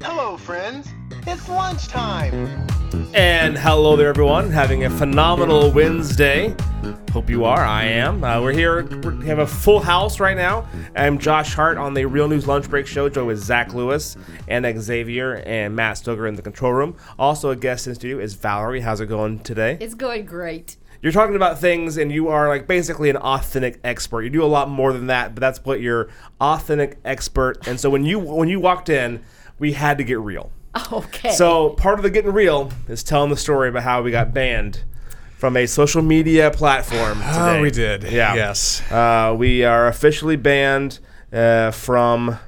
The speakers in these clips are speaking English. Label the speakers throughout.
Speaker 1: Hello, friends. It's lunchtime.
Speaker 2: And hello there, everyone. Having a phenomenal Wednesday. Hope you are. I am. Uh, we're here. We have a full house right now. I'm Josh Hart on the Real News Lunch Break Show, joined with Zach Lewis and Xavier and Matt Stoker in the control room. Also, a guest in studio is Valerie. How's it going today?
Speaker 3: It's going great.
Speaker 2: You're talking about things, and you are like basically an authentic expert. You do a lot more than that, but that's what you're authentic expert. And so when you when you walked in, we had to get real.
Speaker 3: Okay.
Speaker 2: So part of the getting real is telling the story about how we got banned from a social media platform.
Speaker 4: Oh,
Speaker 2: today.
Speaker 4: we did.
Speaker 2: Yeah.
Speaker 4: Yes.
Speaker 2: Uh, we are officially banned uh, from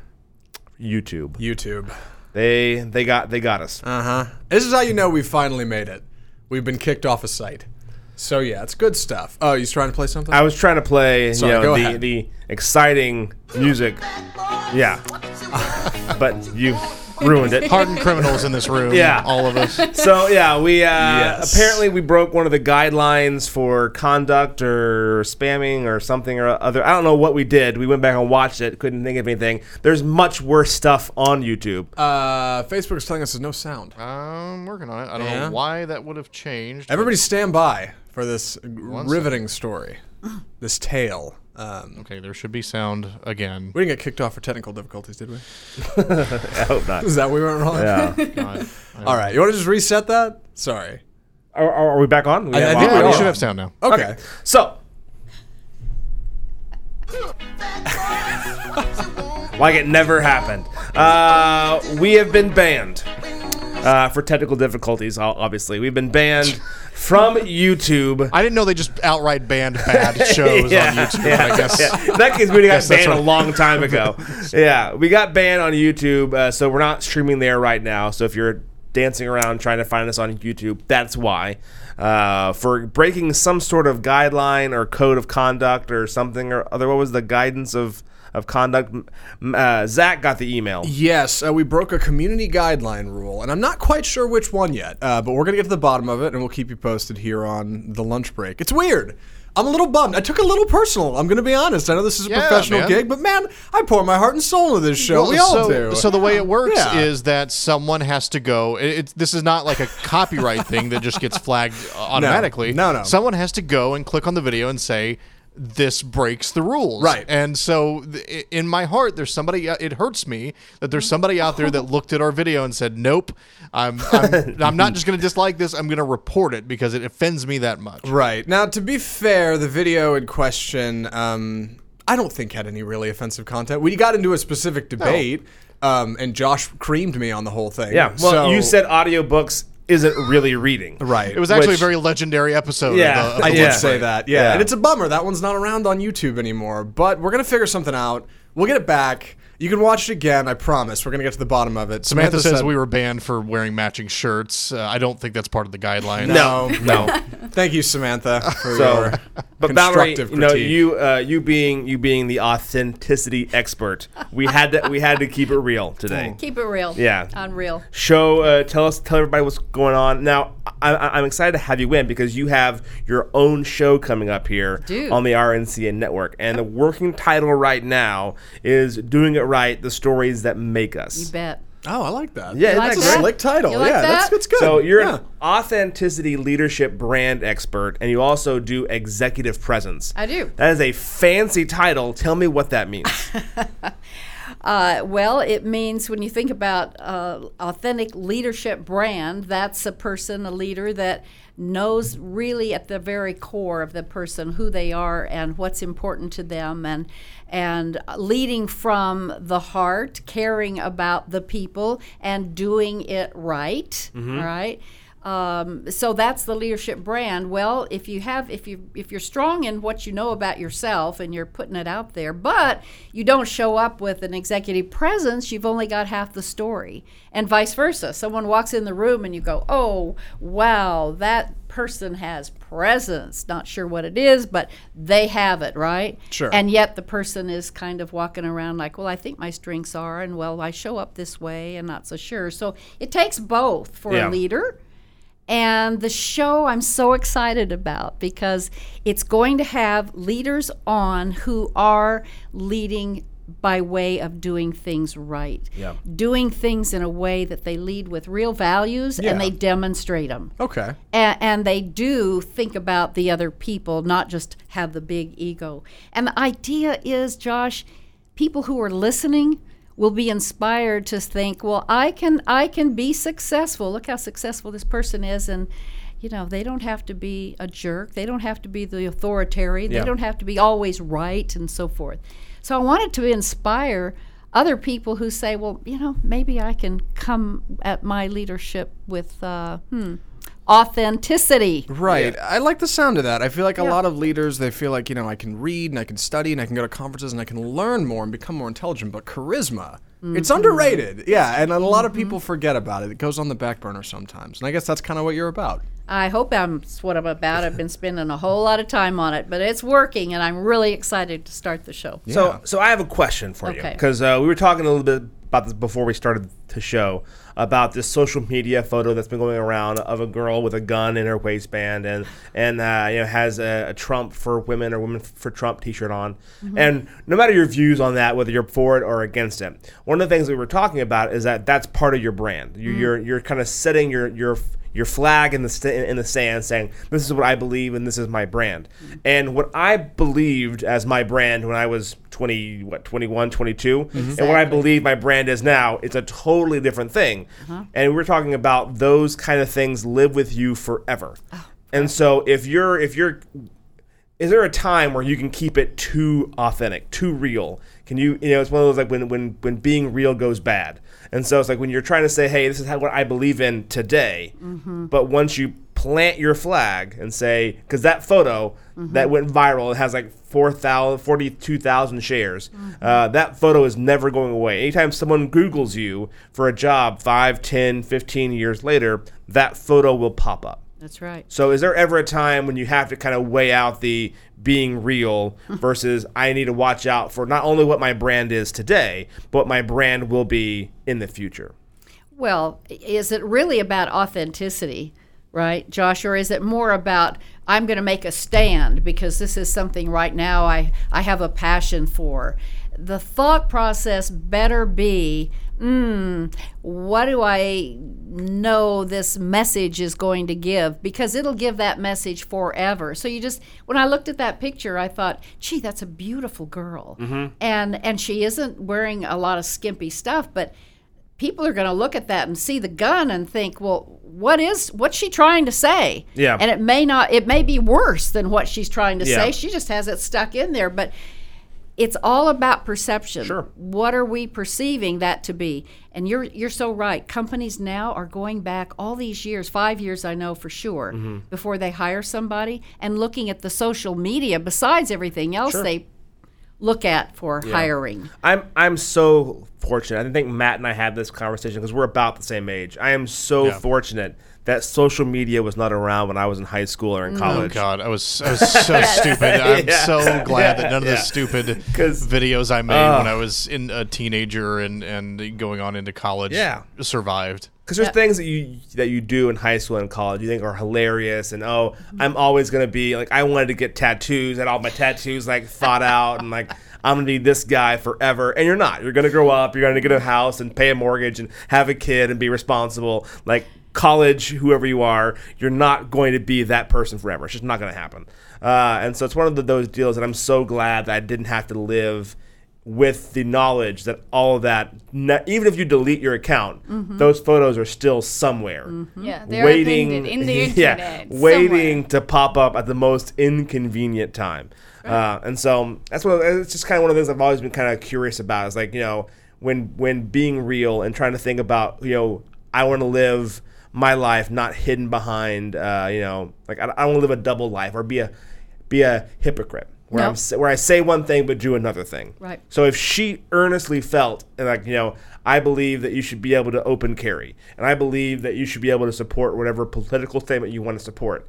Speaker 2: YouTube.
Speaker 4: YouTube.
Speaker 2: They they got they got us.
Speaker 4: Uh huh. This is how you know we finally made it. We've been kicked off a site. So yeah, it's good stuff. Oh, you trying to play something?
Speaker 2: I was trying to play
Speaker 4: Sorry,
Speaker 2: you know
Speaker 4: go
Speaker 2: the
Speaker 4: ahead.
Speaker 2: the exciting music. Yeah. but you ruined it.
Speaker 5: hardened criminals in this room.
Speaker 2: Yeah.
Speaker 5: all of us.
Speaker 2: So yeah, we uh,
Speaker 4: Yes.
Speaker 2: apparently we broke one of the guidelines for conduct or spamming or something or other. I don't know what we did. We went back and watched it. Couldn't think of anything. There's much worse stuff on YouTube.
Speaker 4: uh, Facebook is telling us there's no sound.
Speaker 5: I'm working on it. I don't
Speaker 4: Yeah.
Speaker 5: know why that would have changed.
Speaker 4: Everybody, stand by for this riveting story, this tale. Um,
Speaker 5: Okay, there should be sound again.
Speaker 4: we didn't get kicked off for technical difficulties, did we?
Speaker 2: I hope not.
Speaker 4: Is that what we went wrong?
Speaker 2: Yeah.
Speaker 5: God.
Speaker 4: All right. You want to just reset that? Sorry.
Speaker 2: Are, are, are we back on? We
Speaker 4: I-
Speaker 2: have
Speaker 4: I think
Speaker 2: audio.
Speaker 4: we
Speaker 5: we
Speaker 4: are.
Speaker 5: should have sound now.
Speaker 4: Okay.
Speaker 2: So. like it never happened. Uh, we have been banned uh, for technical difficulties, o- obviously. We've been banned from YouTube.
Speaker 5: I didn't know they just outright banned bad shows on YouTube. I guess.
Speaker 2: Yeah. That case, we got
Speaker 5: Guess that's
Speaker 2: banned a
Speaker 5: what-
Speaker 2: long time ago. yeah, we got banned on YouTube, uh, so we're not streaming there right now. So if you're dancing around trying to find us on YouTube, that's why. Uh, for breaking some sort of guideline or code of conduct or something or other. What was the guidance of of conduct? M- Uh, Zach got the email.
Speaker 4: Yes, uh, we broke a community guideline rule, and I'm not quite sure which one yet, uh, but we're going to get to the bottom of it, and we'll keep you posted here on the lunch break. It's weird. I'm a little bummed. I took it a little personal. I'm going to be honest. I know this is a
Speaker 5: Yeah,
Speaker 4: professional
Speaker 5: man.
Speaker 4: gig, but man, I pour my heart and soul into this show.
Speaker 5: Well,
Speaker 4: we all
Speaker 5: so,
Speaker 4: do.
Speaker 5: so the way it works
Speaker 4: Yeah.
Speaker 5: is that someone has to go. It, it's- this is not like a copyright thing that just gets flagged automatically.
Speaker 4: No, no.
Speaker 5: Someone has to go and click on the video and say, "This breaks the rules."
Speaker 4: Right.
Speaker 5: And so, th- i- in my heart, there's somebody. uh, It hurts me that there's somebody out there that looked at our video and said, "Nope, I'm I'm, I'm not just going to dislike this. I'm going to report it because it offends me that much."
Speaker 4: Right. Now, to be fair, the video in question, um, I don't think had any really offensive content. We got into a specific debate, um, and Josh creamed me on the whole thing.
Speaker 2: Yeah. Well,
Speaker 4: So-
Speaker 2: you said audiobooks isn't really reading.
Speaker 4: Right.
Speaker 5: It was actually
Speaker 2: Which-
Speaker 5: a very legendary episode. of
Speaker 2: Yeah.
Speaker 5: the- of the
Speaker 4: I
Speaker 2: Yeah.
Speaker 4: did say that. Yeah.
Speaker 2: Yeah.
Speaker 4: And it's a bummer. That one's not around on YouTube anymore. But we're going to figure something out. We'll get it back. You can watch it again. I promise. We're going to get to the bottom of it.
Speaker 5: Samantha says
Speaker 4: said-
Speaker 5: we were banned for wearing matching shirts. Uh, I don't think that's part of the guideline.
Speaker 2: No. No.
Speaker 4: Thank you, Samantha, for
Speaker 2: So,
Speaker 4: your
Speaker 2: but Valerie,
Speaker 4: constructive
Speaker 2: you know,
Speaker 4: critique.
Speaker 2: you uh, you being you being the authenticity expert, we had to we had to keep it real today.
Speaker 3: Keep it real.
Speaker 2: Yeah.
Speaker 3: Unreal.
Speaker 2: Show uh, tell us tell everybody what's going on. Now I, I, I'm excited to have you in because you have your own show coming up here
Speaker 3: Dude.
Speaker 2: on the RNCN network, and the working title right now is "Doing It Right: The Stories That Make Us."
Speaker 3: You bet.
Speaker 4: oh, I like that.
Speaker 2: Yeah, You
Speaker 3: like
Speaker 4: that's
Speaker 3: that?
Speaker 4: a slick title.
Speaker 3: You like
Speaker 4: yeah, that's,
Speaker 3: that?
Speaker 4: that's good.
Speaker 2: So you're
Speaker 4: yeah.
Speaker 2: an authenticity leadership brand expert, and you also do executive presence.
Speaker 3: I do.
Speaker 2: That is a fancy title. Tell me what that means.
Speaker 3: Uh, well, it means when you think about uh, authentic leadership brand, that's a person, a leader that knows really at the very core of the person who they are and what's important to them, and and leading from the heart, caring about the people, and doing it right.
Speaker 2: Mm-hmm.
Speaker 3: Right. Um, so that's the leadership brand. Well, if you have, if you if you're strong in what you know about yourself and you're putting it out there, but you don't show up with an executive presence, you've only got half the story, and vice versa. Someone walks in the room and you go, "Oh, wow, that person has presence. Not sure what it is, but they have it, right?
Speaker 4: Sure.
Speaker 3: And yet the person is kind of walking around like, well, I think my strengths are, and well, I show up this way, and not so sure. So it takes both for
Speaker 2: Yeah.
Speaker 3: a leader. And the show I'm so excited about because it's going to have leaders on who are leading by way of doing things right.
Speaker 2: Yeah.
Speaker 3: Doing things in a way that they lead with real values
Speaker 4: Yeah.
Speaker 3: and they demonstrate them.
Speaker 4: Okay.
Speaker 3: And, and they do think about the other people, not just have the big ego. And the idea is, Josh, people who are listening will be inspired to think, well, I can I can be successful. Look how successful this person is and you know, they don't have to be a jerk. They don't have to be the authoritarian.
Speaker 2: Yeah.
Speaker 3: They don't have to be always right and so forth. So I wanted to inspire other people who say, well, you know, maybe I can come at my leadership with uh, hmm, authenticity.
Speaker 4: Right. I like the sound of that. I feel like a
Speaker 3: Yeah.
Speaker 4: lot of leaders, they feel like, you know, I can read and I can study and I can go to conferences and I can learn more and become more intelligent, but charisma, it's underrated. Yeah. And a lot of people forget about it. It goes on the back burner sometimes. And I guess that's kind of what you're about.
Speaker 3: I hope I'm it's what I'm about. I've been spending a whole lot of time on it, but it's working, and I'm really excited to start the show.
Speaker 2: So, so I have a question for you
Speaker 3: Okay.
Speaker 2: because uh, we were talking a little bit about this before we started the show about this social media photo that's been going around of a girl with a gun in her waistband and and uh, you know has a, a Trump for women or women for Trump T-shirt on. And no matter your views on that, whether you're for it or against it, one of the things we were talking about is that that's part of your brand. You're you're, you're kind of setting your your your flag in the st- in the sand, saying this is what I believe and this is my brand. And what I believed as my brand when I was 20, what 21, 22, and what I believe my brand is now, it's a totally different thing. And we're talking about those kind of things live with you forever. and so if you're if you're is there a time where you can keep it too authentic, too real? Can you, you know, it's one of those like when when when being real goes bad, and so it's like when you're trying to say, hey, this is how, what I believe in today, but once you plant your flag and say, because that photo that went viral, it has like 4,000, 42,000 shares. Uh, that photo is never going away. Anytime someone Googles you for a job, 5, 10, 15 years later, that photo will pop up.
Speaker 3: That's right.
Speaker 2: So is there ever a time when you have to kind of weigh out the being real versus I need to watch out for not only what my brand is today, but what my brand will be in the future?
Speaker 3: Well, i- is it really about authenticity, right, Josh, or is it more about I'm going to make a stand because this is something right now I, I have a passion for? The thought process better be, mm, what do I know this message is going to give? Because it'll give that message forever. So you just, when I looked at that picture, I thought, gee, that's a beautiful girl, and and she isn't wearing a lot of skimpy stuff, but people are going to look at that and see the gun and think, well, what is what's she trying to say?
Speaker 2: Yeah.
Speaker 3: And it may not it may be worse than what she's trying to
Speaker 2: Yeah.
Speaker 3: say. She just has it stuck in there, but it's all about perception.
Speaker 2: Sure.
Speaker 3: What are we perceiving that to be? And you're you're so right. Companies now are going back all these years, 5 years I know for sure,
Speaker 2: Mm-hmm.
Speaker 3: before they hire somebody and looking at the social media besides everything else they look at for hiring.
Speaker 2: I'm I'm so fortunate. I think Matt and I had this conversation because we're about the same age. I am so
Speaker 5: Yeah.
Speaker 2: fortunate that social media was not around when I was in high school or in
Speaker 5: Oh
Speaker 2: college.
Speaker 5: God, I was I was so stupid. I'm
Speaker 2: Yeah.
Speaker 5: so glad that none of
Speaker 2: Yeah.
Speaker 5: the stupid
Speaker 2: 'Cause-
Speaker 5: videos I made when I was in a teenager and and going on into college
Speaker 2: Yeah.
Speaker 5: survived.
Speaker 2: Because there's things that you that you do in high school and college you think are hilarious, and oh, I'm always gonna be like I wanted to get tattoos, and all my tattoos like thought out, and like I'm gonna be this guy forever. And you're not. You're gonna grow up. You're gonna get a house and pay a mortgage and have a kid and be responsible. Like college, whoever you are, you're not going to be that person forever. It's just not gonna happen. Uh, and so it's one of the, those deals that I'm so glad that I didn't have to live with the knowledge that all of that, ne- even if you delete your account, those photos are still somewhere.
Speaker 6: Mm-hmm. Yeah, they're
Speaker 2: waiting
Speaker 6: appended in the
Speaker 2: yeah,
Speaker 6: internet.
Speaker 2: waiting to pop up at the most inconvenient time. Uh, and so that's what it's just kind of one of the things I've always been kind of curious about. Is like you know when when being real and trying to think about you know I want to live my life not hidden behind uh, you know like I, I don't want to live a double life or be a be a hypocrite where
Speaker 3: No.
Speaker 2: I'm s- where I say one thing but do another thing.
Speaker 3: Right.
Speaker 2: So if she earnestly felt and like you know, I believe that you should be able to open carry, and I believe that you should be able to support whatever political statement you want to support,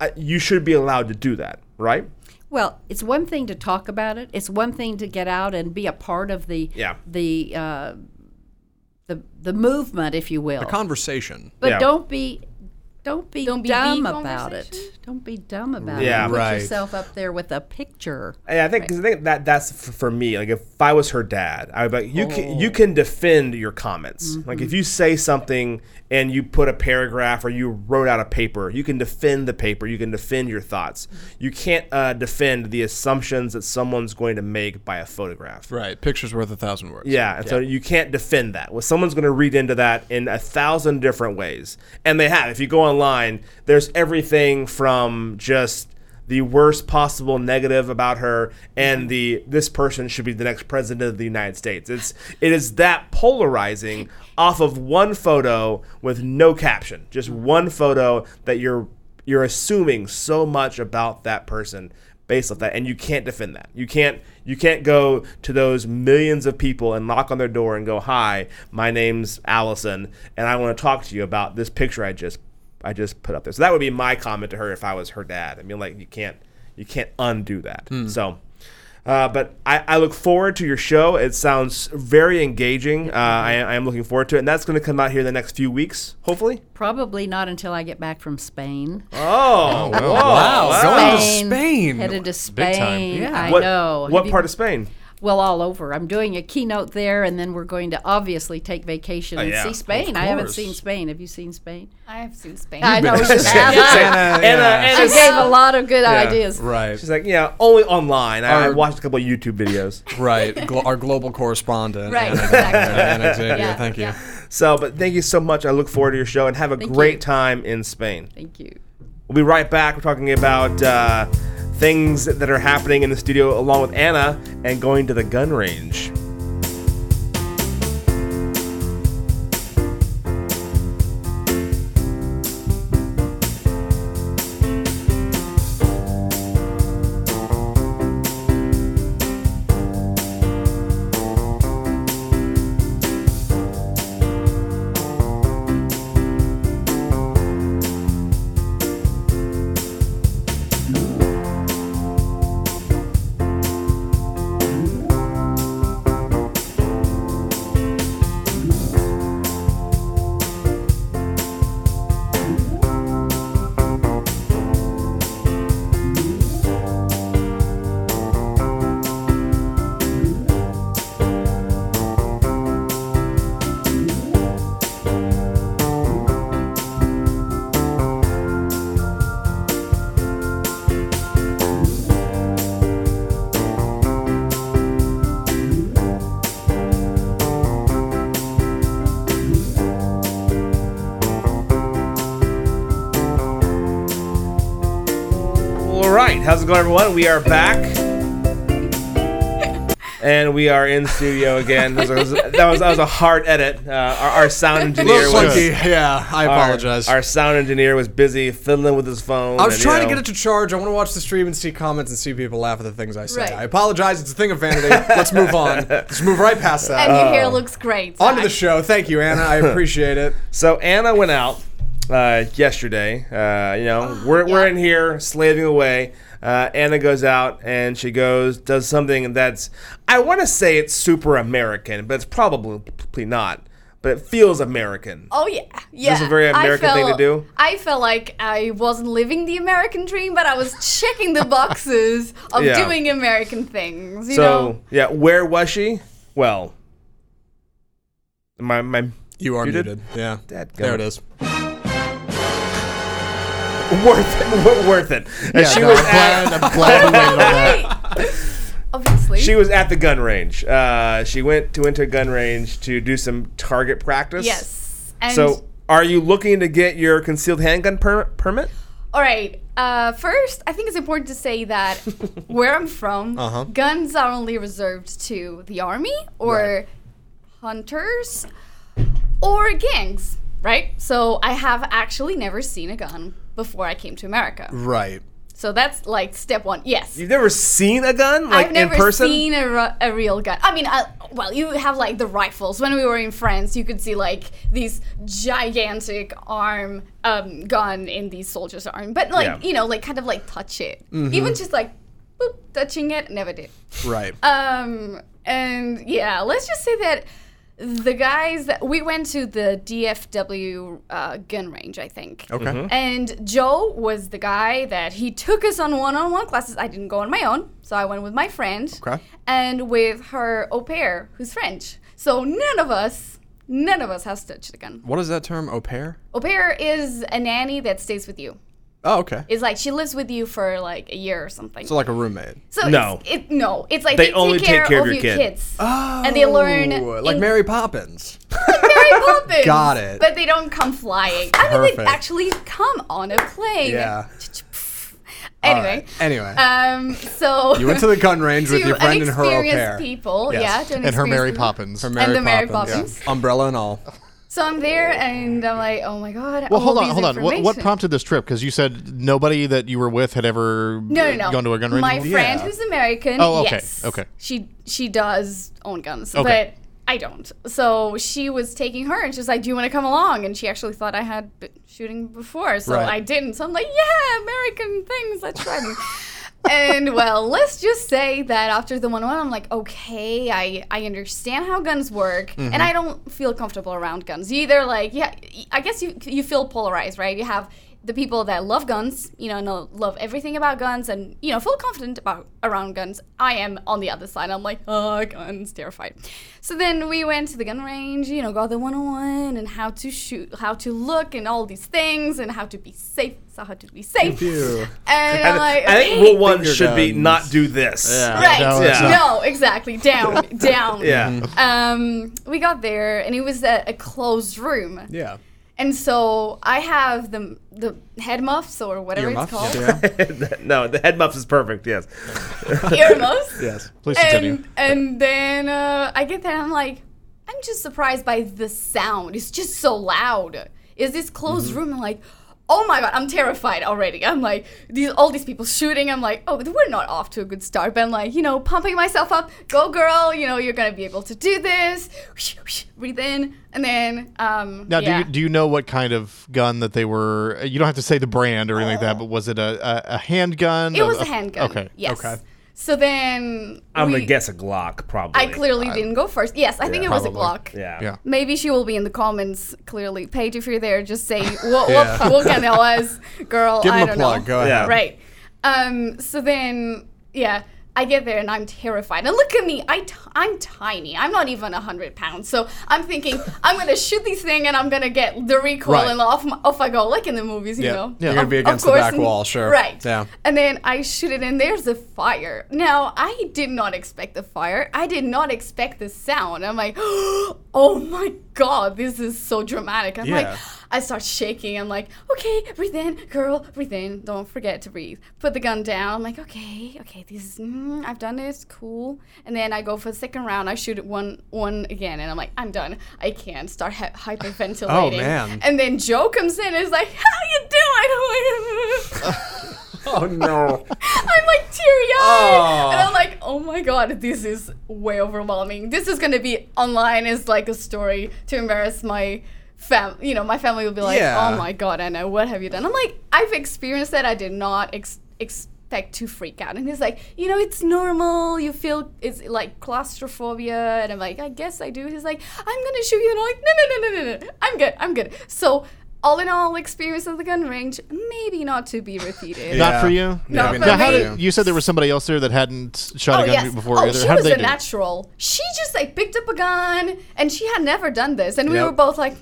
Speaker 2: uh, you should be allowed to do that, right?
Speaker 3: Well, it's one thing to talk about it. It's one thing to get out and be a part of the
Speaker 2: Yeah.
Speaker 3: the uh, the the movement, if you will.
Speaker 4: Conversation.
Speaker 3: but
Speaker 2: Yeah.
Speaker 3: don't be Don't be
Speaker 6: Don't be the
Speaker 3: dumb about it.
Speaker 6: conversation?
Speaker 3: Don't be dumb about
Speaker 2: Yeah.
Speaker 3: it. Put
Speaker 4: Right.
Speaker 3: yourself up there with a picture.
Speaker 2: Yeah, I think 'cause I think that that's f- for me. Like if I was her dad, I would be like, you can you can defend your comments. Like if you say something and you put a paragraph or you wrote out a paper, you can defend the paper. You can defend your thoughts. You can't uh, defend the assumptions that someone's going to make by a photograph.
Speaker 4: Right. Picture's worth a thousand words.
Speaker 2: Yeah, and so you can't defend that. Well, someone's going to read into that in a thousand different ways, and they have. If you go online, there's everything from just the worst possible negative about her, and the this person should be the next president of the United States. It's it is that polarizing off of one photo with no caption, just one photo that you're you're assuming so much about that person based off that and you can't defend that you can't you can't go to those millions of people and knock on their door and go hi my name's allison and i want to talk to you about this picture i just i just put up there so that would be my comment to her if i was her dad i mean like you can't you can't undo that so uh, but I, I look forward to your show. It sounds very engaging. Uh, I, I am looking forward to it, and that's going to come out here in the next few weeks, hopefully.
Speaker 3: Probably not until I get back from Spain.
Speaker 2: Oh,
Speaker 5: wow.
Speaker 4: Wow. Going to
Speaker 3: Spain.
Speaker 4: Spain.
Speaker 3: Headed to
Speaker 5: Big time.
Speaker 3: Spain. I
Speaker 2: What,
Speaker 3: know. Have
Speaker 2: What
Speaker 3: you
Speaker 2: part of Spain?
Speaker 3: Well, all over. I'm doing a keynote there, and then we're going to obviously take vacation and
Speaker 2: yeah,
Speaker 3: see
Speaker 2: of
Speaker 3: Spain. I haven't
Speaker 4: course.
Speaker 3: seen Spain. Have you seen Spain?
Speaker 6: I have seen Spain.
Speaker 3: I know.
Speaker 4: been
Speaker 3: it's
Speaker 4: to
Speaker 3: just
Speaker 4: Spain.
Speaker 3: asking.
Speaker 4: Anna,
Speaker 2: Anna-
Speaker 4: yeah.
Speaker 2: Anna
Speaker 3: I gave a lot of good
Speaker 2: Yeah.
Speaker 3: ideas.
Speaker 4: Right.
Speaker 2: She's like, yeah, only online. I, I
Speaker 4: Our-
Speaker 2: watched a couple of YouTube videos.
Speaker 4: Right. Glo- our global correspondent.
Speaker 6: Right,
Speaker 4: Anna-
Speaker 6: exactly.
Speaker 4: Anna Xavier,
Speaker 6: Yeah,
Speaker 4: Thank you.
Speaker 6: yeah.
Speaker 2: so, but thank you so much. I look forward to your show and have a
Speaker 3: Thank
Speaker 2: great
Speaker 3: you.
Speaker 2: time in Spain.
Speaker 3: Thank you.
Speaker 2: We'll be right back. We're talking about uh, things that are happening in the studio along with Anna and going to the gun range. All right, how's it going, everyone? We are back. And we are in studio again. That was, that was, that was a hard edit. Uh, our, our sound engineer
Speaker 4: Little
Speaker 2: was.
Speaker 4: clunky. Yeah. I
Speaker 2: our-
Speaker 4: apologize.
Speaker 2: Our, sound engineer was busy fiddling with his phone.
Speaker 4: I was
Speaker 2: and,
Speaker 4: trying
Speaker 2: you
Speaker 4: to
Speaker 2: know,
Speaker 4: get it to charge. I want to watch the stream and see comments and see people laugh at the things I say.
Speaker 6: Right.
Speaker 4: I apologize. It's a thing of vanity. Let's move on. Let's move right past that.
Speaker 6: and your hair looks great.
Speaker 4: on to the show. Thank you, Anna. I appreciate it.
Speaker 2: So Anna went out uh, yesterday. Uh, you know, we're, we're
Speaker 6: Oh, yeah.
Speaker 2: in here slaving away. Uh, Anna goes out and she goes does something that's I want to say it's super American, but it's probably not. But it feels American.
Speaker 6: Oh yeah, yeah.
Speaker 2: a very
Speaker 6: I
Speaker 2: American thing to
Speaker 6: felt-
Speaker 2: do.
Speaker 6: I felt like I wasn't living the American dream, but I was checking the boxes of
Speaker 2: Yeah.
Speaker 6: doing American things. You
Speaker 2: so
Speaker 6: know,
Speaker 2: yeah, where was she? Well, my my
Speaker 4: You are
Speaker 2: did?
Speaker 4: muted. Yeah.
Speaker 2: Dadgummit.
Speaker 4: There it is.
Speaker 2: worth it, worth it. And she
Speaker 5: no,
Speaker 2: was
Speaker 5: I'm
Speaker 2: at-
Speaker 5: glad. I'm glad we waited on that.
Speaker 6: Oh, obviously.
Speaker 2: She was at the gun range. Uh, she went to into a gun range to do some target practice.
Speaker 6: yes. And
Speaker 2: so, are you looking to get your concealed handgun per- permit?
Speaker 6: all right. Uh, first, I think it's important to say that where I'm from,
Speaker 4: Uh-huh.
Speaker 6: guns are only reserved to the army or hunters or gangs, right? So I have actually never seen a gun before I came to America.
Speaker 4: Right.
Speaker 6: So that's like step one. Yes.
Speaker 2: You've never seen a gun like
Speaker 6: I've never
Speaker 2: in person.
Speaker 6: seen a, ru- a real gun. I mean, I, well, you have like the rifles. When we were in France, you could see like these gigantic arm um, gun in these soldiers' arm. But like,
Speaker 2: Yeah. Mm-hmm.
Speaker 6: you know, like kind of like touch it. Even just like boop, touching it, never did.
Speaker 4: Right.
Speaker 6: Um, and yeah, let's just say that the guys that we went to the DFW uh, gun range, I think.
Speaker 4: Okay.
Speaker 5: Mm-hmm.
Speaker 6: And Joe was the guy that he took us on one on one classes. I didn't go on my own, so I went with my friend
Speaker 4: Okay.
Speaker 6: and with her au pair, who's French. So none of us, none of us has touched a gun.
Speaker 4: What is that term? Au pair?
Speaker 6: Au pair is a nanny that stays with you.
Speaker 4: Oh, okay.
Speaker 6: It's like she lives with you for like a year or something.
Speaker 4: So like a roommate.
Speaker 6: So
Speaker 2: No.
Speaker 6: it's, it, no, it's like
Speaker 2: They
Speaker 6: they,
Speaker 2: only
Speaker 6: take, care of, your
Speaker 2: kid.
Speaker 6: kids, and they learn
Speaker 4: Ooh, Oh, like
Speaker 6: in-
Speaker 4: Mary Poppins.
Speaker 6: Mary Poppins.
Speaker 4: Got it.
Speaker 6: But they don't come flying. I mean, they
Speaker 4: Perfect.
Speaker 6: actually come on a plane.
Speaker 4: Yeah.
Speaker 6: Anyway.
Speaker 4: Alright, Anyway.
Speaker 6: Um. So
Speaker 4: you went to the gun range with
Speaker 6: to
Speaker 4: your friend and her au
Speaker 6: inexperienced
Speaker 4: pair.
Speaker 6: people.
Speaker 4: Yes.
Speaker 6: Yeah. to
Speaker 5: and her
Speaker 6: inexperienced
Speaker 5: Mary
Speaker 6: people.
Speaker 5: Poppins.
Speaker 4: Her Mary
Speaker 6: the Mary
Speaker 4: Poppins.
Speaker 6: Poppins.
Speaker 4: Umbrella and all.
Speaker 6: So I'm there, and I'm like, oh my god.
Speaker 5: well,
Speaker 6: all
Speaker 5: hold on,
Speaker 6: these
Speaker 5: hold on. What, what
Speaker 6: information.
Speaker 5: prompted this trip? Because you said nobody that you were with had ever
Speaker 6: No,
Speaker 5: uh,
Speaker 6: no, no.
Speaker 5: gone to a gun range.
Speaker 6: My
Speaker 5: before?
Speaker 6: friend,
Speaker 4: Yeah.
Speaker 6: who's American.
Speaker 5: Oh, okay,
Speaker 6: Yes,
Speaker 5: okay.
Speaker 6: She she does own guns,
Speaker 5: Okay.
Speaker 6: but I don't. So she was taking her, and she's like, "Do you want to come along?" And she actually thought I had been shooting before, so
Speaker 4: Right.
Speaker 6: I didn't. So I'm like, "Yeah, American things. Let's try them." and well, let's just say that after the one one, I'm like, "Okay, I I understand how guns work, and I don't feel comfortable around guns You either." Like, yeah, I guess you you feel polarized, right? You have the people that love guns, you know, know love everything about guns and you know feel confident about around guns. I am on the other side. I'm like, oh, guns, terrified. So then we went to the gun range, you know, got the 101 and how to shoot, how to look, and all these things, and how to be safe. So how to be safe.
Speaker 4: Phew.
Speaker 6: And
Speaker 2: I,
Speaker 6: I'm like,
Speaker 2: I think
Speaker 6: okay.
Speaker 2: rule one
Speaker 4: Finger
Speaker 2: should be
Speaker 4: guns.
Speaker 2: not do this.
Speaker 5: Yeah.
Speaker 6: Right.
Speaker 5: No,
Speaker 6: No,
Speaker 2: it's not.
Speaker 6: exactly. Down, down.
Speaker 2: Yeah.
Speaker 4: Mm-hmm.
Speaker 6: Um, we got there, and it was a, a closed room.
Speaker 4: Yeah.
Speaker 6: And so I have the the head muffs or whatever
Speaker 4: Earmuffs?
Speaker 6: it's called.
Speaker 4: Yeah.
Speaker 2: no, the head muff is perfect. Yes.
Speaker 6: earmuffs.
Speaker 4: yes.
Speaker 5: Please continue.
Speaker 6: And and then uh, I get there, I'm like, I'm just surprised by the sound. It's just so loud. Is this closed
Speaker 5: Mm-hmm.
Speaker 6: room? I'm like, oh my god, I'm terrified already. I'm like, these all these people shooting. I'm like, oh, we're not off to a good start. But I'm like, you know, pumping myself up. Go, girl. You know, you're gonna be able to do this. Breathe in, and then um.
Speaker 5: Now,
Speaker 6: yeah.
Speaker 5: do, you, do you know what kind of gun that they were? You don't have to say the brand or anything like that, but was it a, a, a handgun?
Speaker 6: It was a handgun.
Speaker 5: Okay.
Speaker 6: Yes.
Speaker 4: Okay.
Speaker 6: So then
Speaker 2: I'm
Speaker 6: we-
Speaker 2: gonna guess a Glock probably.
Speaker 6: I clearly didn't go first. Yes, I think it was a
Speaker 5: probably.
Speaker 6: Glock.
Speaker 2: Yeah.
Speaker 5: Yeah.
Speaker 6: Maybe she will be in the comments. Clearly, Paige, if you're there, just say what
Speaker 4: Yeah.
Speaker 6: what, what kind of was, girl.
Speaker 4: Give
Speaker 6: I
Speaker 4: him a
Speaker 6: don't
Speaker 4: plug.
Speaker 6: know.
Speaker 4: Go ahead.
Speaker 2: Yeah.
Speaker 6: Right. Um. So then, yeah, I get there and I'm terrified. And look at me. I t- I'm tiny. I'm not even hundred pounds. So I'm thinking I'm gonna shoot this thing and I'm gonna get the recoil
Speaker 4: Right.
Speaker 6: and off my, off I go, like in the movies, you
Speaker 4: Yeah.
Speaker 6: know.
Speaker 4: You're gonna be
Speaker 6: Of- of
Speaker 4: against the
Speaker 6: course,
Speaker 4: back
Speaker 6: and-
Speaker 4: wall, sure.
Speaker 6: Right.
Speaker 4: Yeah.
Speaker 6: And then I shoot it, and there's a fire. Now, I did not expect the fire. I did not expect the sound. I'm like, oh my God, this is so dramatic. I'm
Speaker 4: Yeah.
Speaker 6: like, I start shaking. I'm like, okay, breathe in, girl, breathe in. Don't forget to breathe. Put the gun down. I'm like, okay, okay, this is, mm, I've done this, cool. And then I go for the second round. I shoot it one, one again, and I'm like, I'm done. I can't start hy- hyperventilating.
Speaker 4: Oh, man.
Speaker 6: And then Joe comes in and is like, how you doing? I'm like,
Speaker 4: Oh no.
Speaker 6: I'm like teary eyed.
Speaker 4: Aw.
Speaker 6: And I'm like, oh my god, this is way overwhelming. This is gonna be online as like a story to embarrass my fam you know, my family will be like,
Speaker 4: Yeah.
Speaker 6: Oh my god, Anna, what have you done? I'm like, I've experienced that I did not ex- expect to freak out. And he's like, you know, it's normal, you feel it's like claustrophobia and I'm like, I guess I do. He's like, I'm gonna shoot you and I'm like, no no no no no no I'm good, I'm good. So all in all, experience of the gun range, maybe not to be repeated.
Speaker 5: Not
Speaker 4: Yeah.
Speaker 5: for you.
Speaker 4: Not
Speaker 5: Okay.
Speaker 4: for
Speaker 5: Now, how
Speaker 6: me.
Speaker 5: did- you said there was somebody else there that hadn't shot
Speaker 6: Oh
Speaker 5: a gun
Speaker 6: yes!
Speaker 5: before
Speaker 6: oh,
Speaker 5: either.
Speaker 6: she
Speaker 5: how did
Speaker 6: was
Speaker 5: they
Speaker 6: a
Speaker 5: do?
Speaker 6: natural. She just like picked up a gun, and she had never done this, and we
Speaker 4: Yep.
Speaker 6: were both like,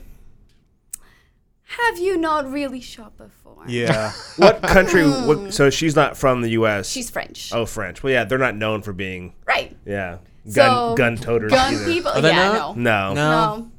Speaker 6: "Have you not really shot before?"
Speaker 4: Yeah.
Speaker 2: What country? What, so she's not from the U.S.
Speaker 6: She's French,
Speaker 2: oh French. Well, yeah, they're not known for being
Speaker 6: right?
Speaker 2: yeah gun
Speaker 6: So-
Speaker 2: gun toters.
Speaker 6: Gun
Speaker 2: either.
Speaker 6: people.
Speaker 4: they
Speaker 6: yeah,
Speaker 4: not?
Speaker 6: no.
Speaker 2: No.
Speaker 4: No.
Speaker 6: No.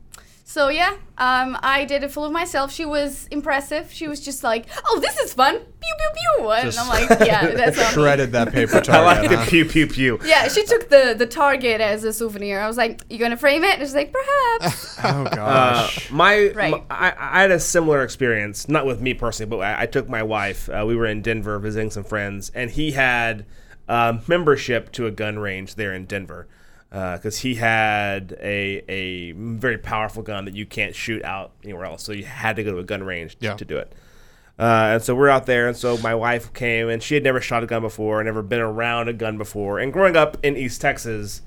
Speaker 6: So yeah, um, I did it full of myself. She was impressive. She was just like, "Oh, this is fun!" Pew pew pew, and
Speaker 5: Just-
Speaker 6: I'm like, "Yeah, that's not me."
Speaker 4: Shredded that paper target.
Speaker 2: I like the
Speaker 4: huh?
Speaker 2: pew pew pew.
Speaker 6: Yeah, she took the the target as a souvenir. I was like, "You gonna frame it?" And she's like, "Perhaps."
Speaker 4: Oh gosh.
Speaker 2: Uh, My,
Speaker 6: Right.
Speaker 2: my- I, I had a similar experience, not with me personally, but I, I took my wife. Uh, we were in Denver visiting some friends, and he had um, membership to a gun range there in Denver because he had a a very powerful gun that you can't shoot out anywhere else, so you had to go to a gun range
Speaker 5: Yeah.
Speaker 2: to do it. Uh, and so we're out there, and so my wife came, and she had never shot a gun before, never been around a gun before, and growing up in East Texas,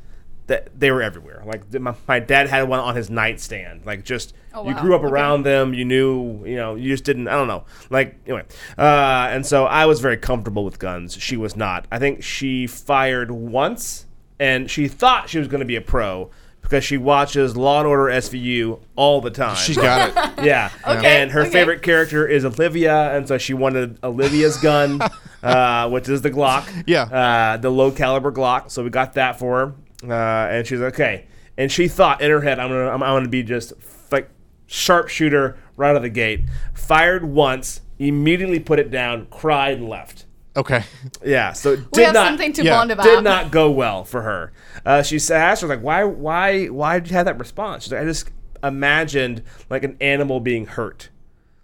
Speaker 2: that they were everywhere. Like th- my, my dad had one on his nightstand. Like just
Speaker 6: Oh,
Speaker 2: you
Speaker 6: wow.
Speaker 2: grew up
Speaker 6: Okay.
Speaker 2: around them. You knew you know you just didn't. I don't know. Like anyway, uh, and so I was very comfortable with guns. She was not. I think she fired once, and she thought she was going to be a pro. Because she watches Law and Order SVU all the time.
Speaker 5: She got it.
Speaker 2: Yeah.
Speaker 6: Okay,
Speaker 2: And her
Speaker 6: okay.
Speaker 2: favorite character is Olivia, and so she wanted Olivia's gun, uh, which is the Glock.
Speaker 5: Yeah.
Speaker 2: Uh, the low caliber Glock. So we got that for her, uh, and she's like, okay. And she thought in her head, I'm gonna, I'm, I'm gonna be just f- like sharpshooter right out of the gate. Fired once, immediately put it down, cried, and left.
Speaker 5: Okay.
Speaker 2: Yeah. So it did
Speaker 6: we have
Speaker 2: not,
Speaker 6: something to
Speaker 5: yeah,
Speaker 6: bond about.
Speaker 2: did not go well for her. Uh, she sa- asked her like, "Why, why, why did you have that response?" She's like, "I just imagined like an animal being hurt."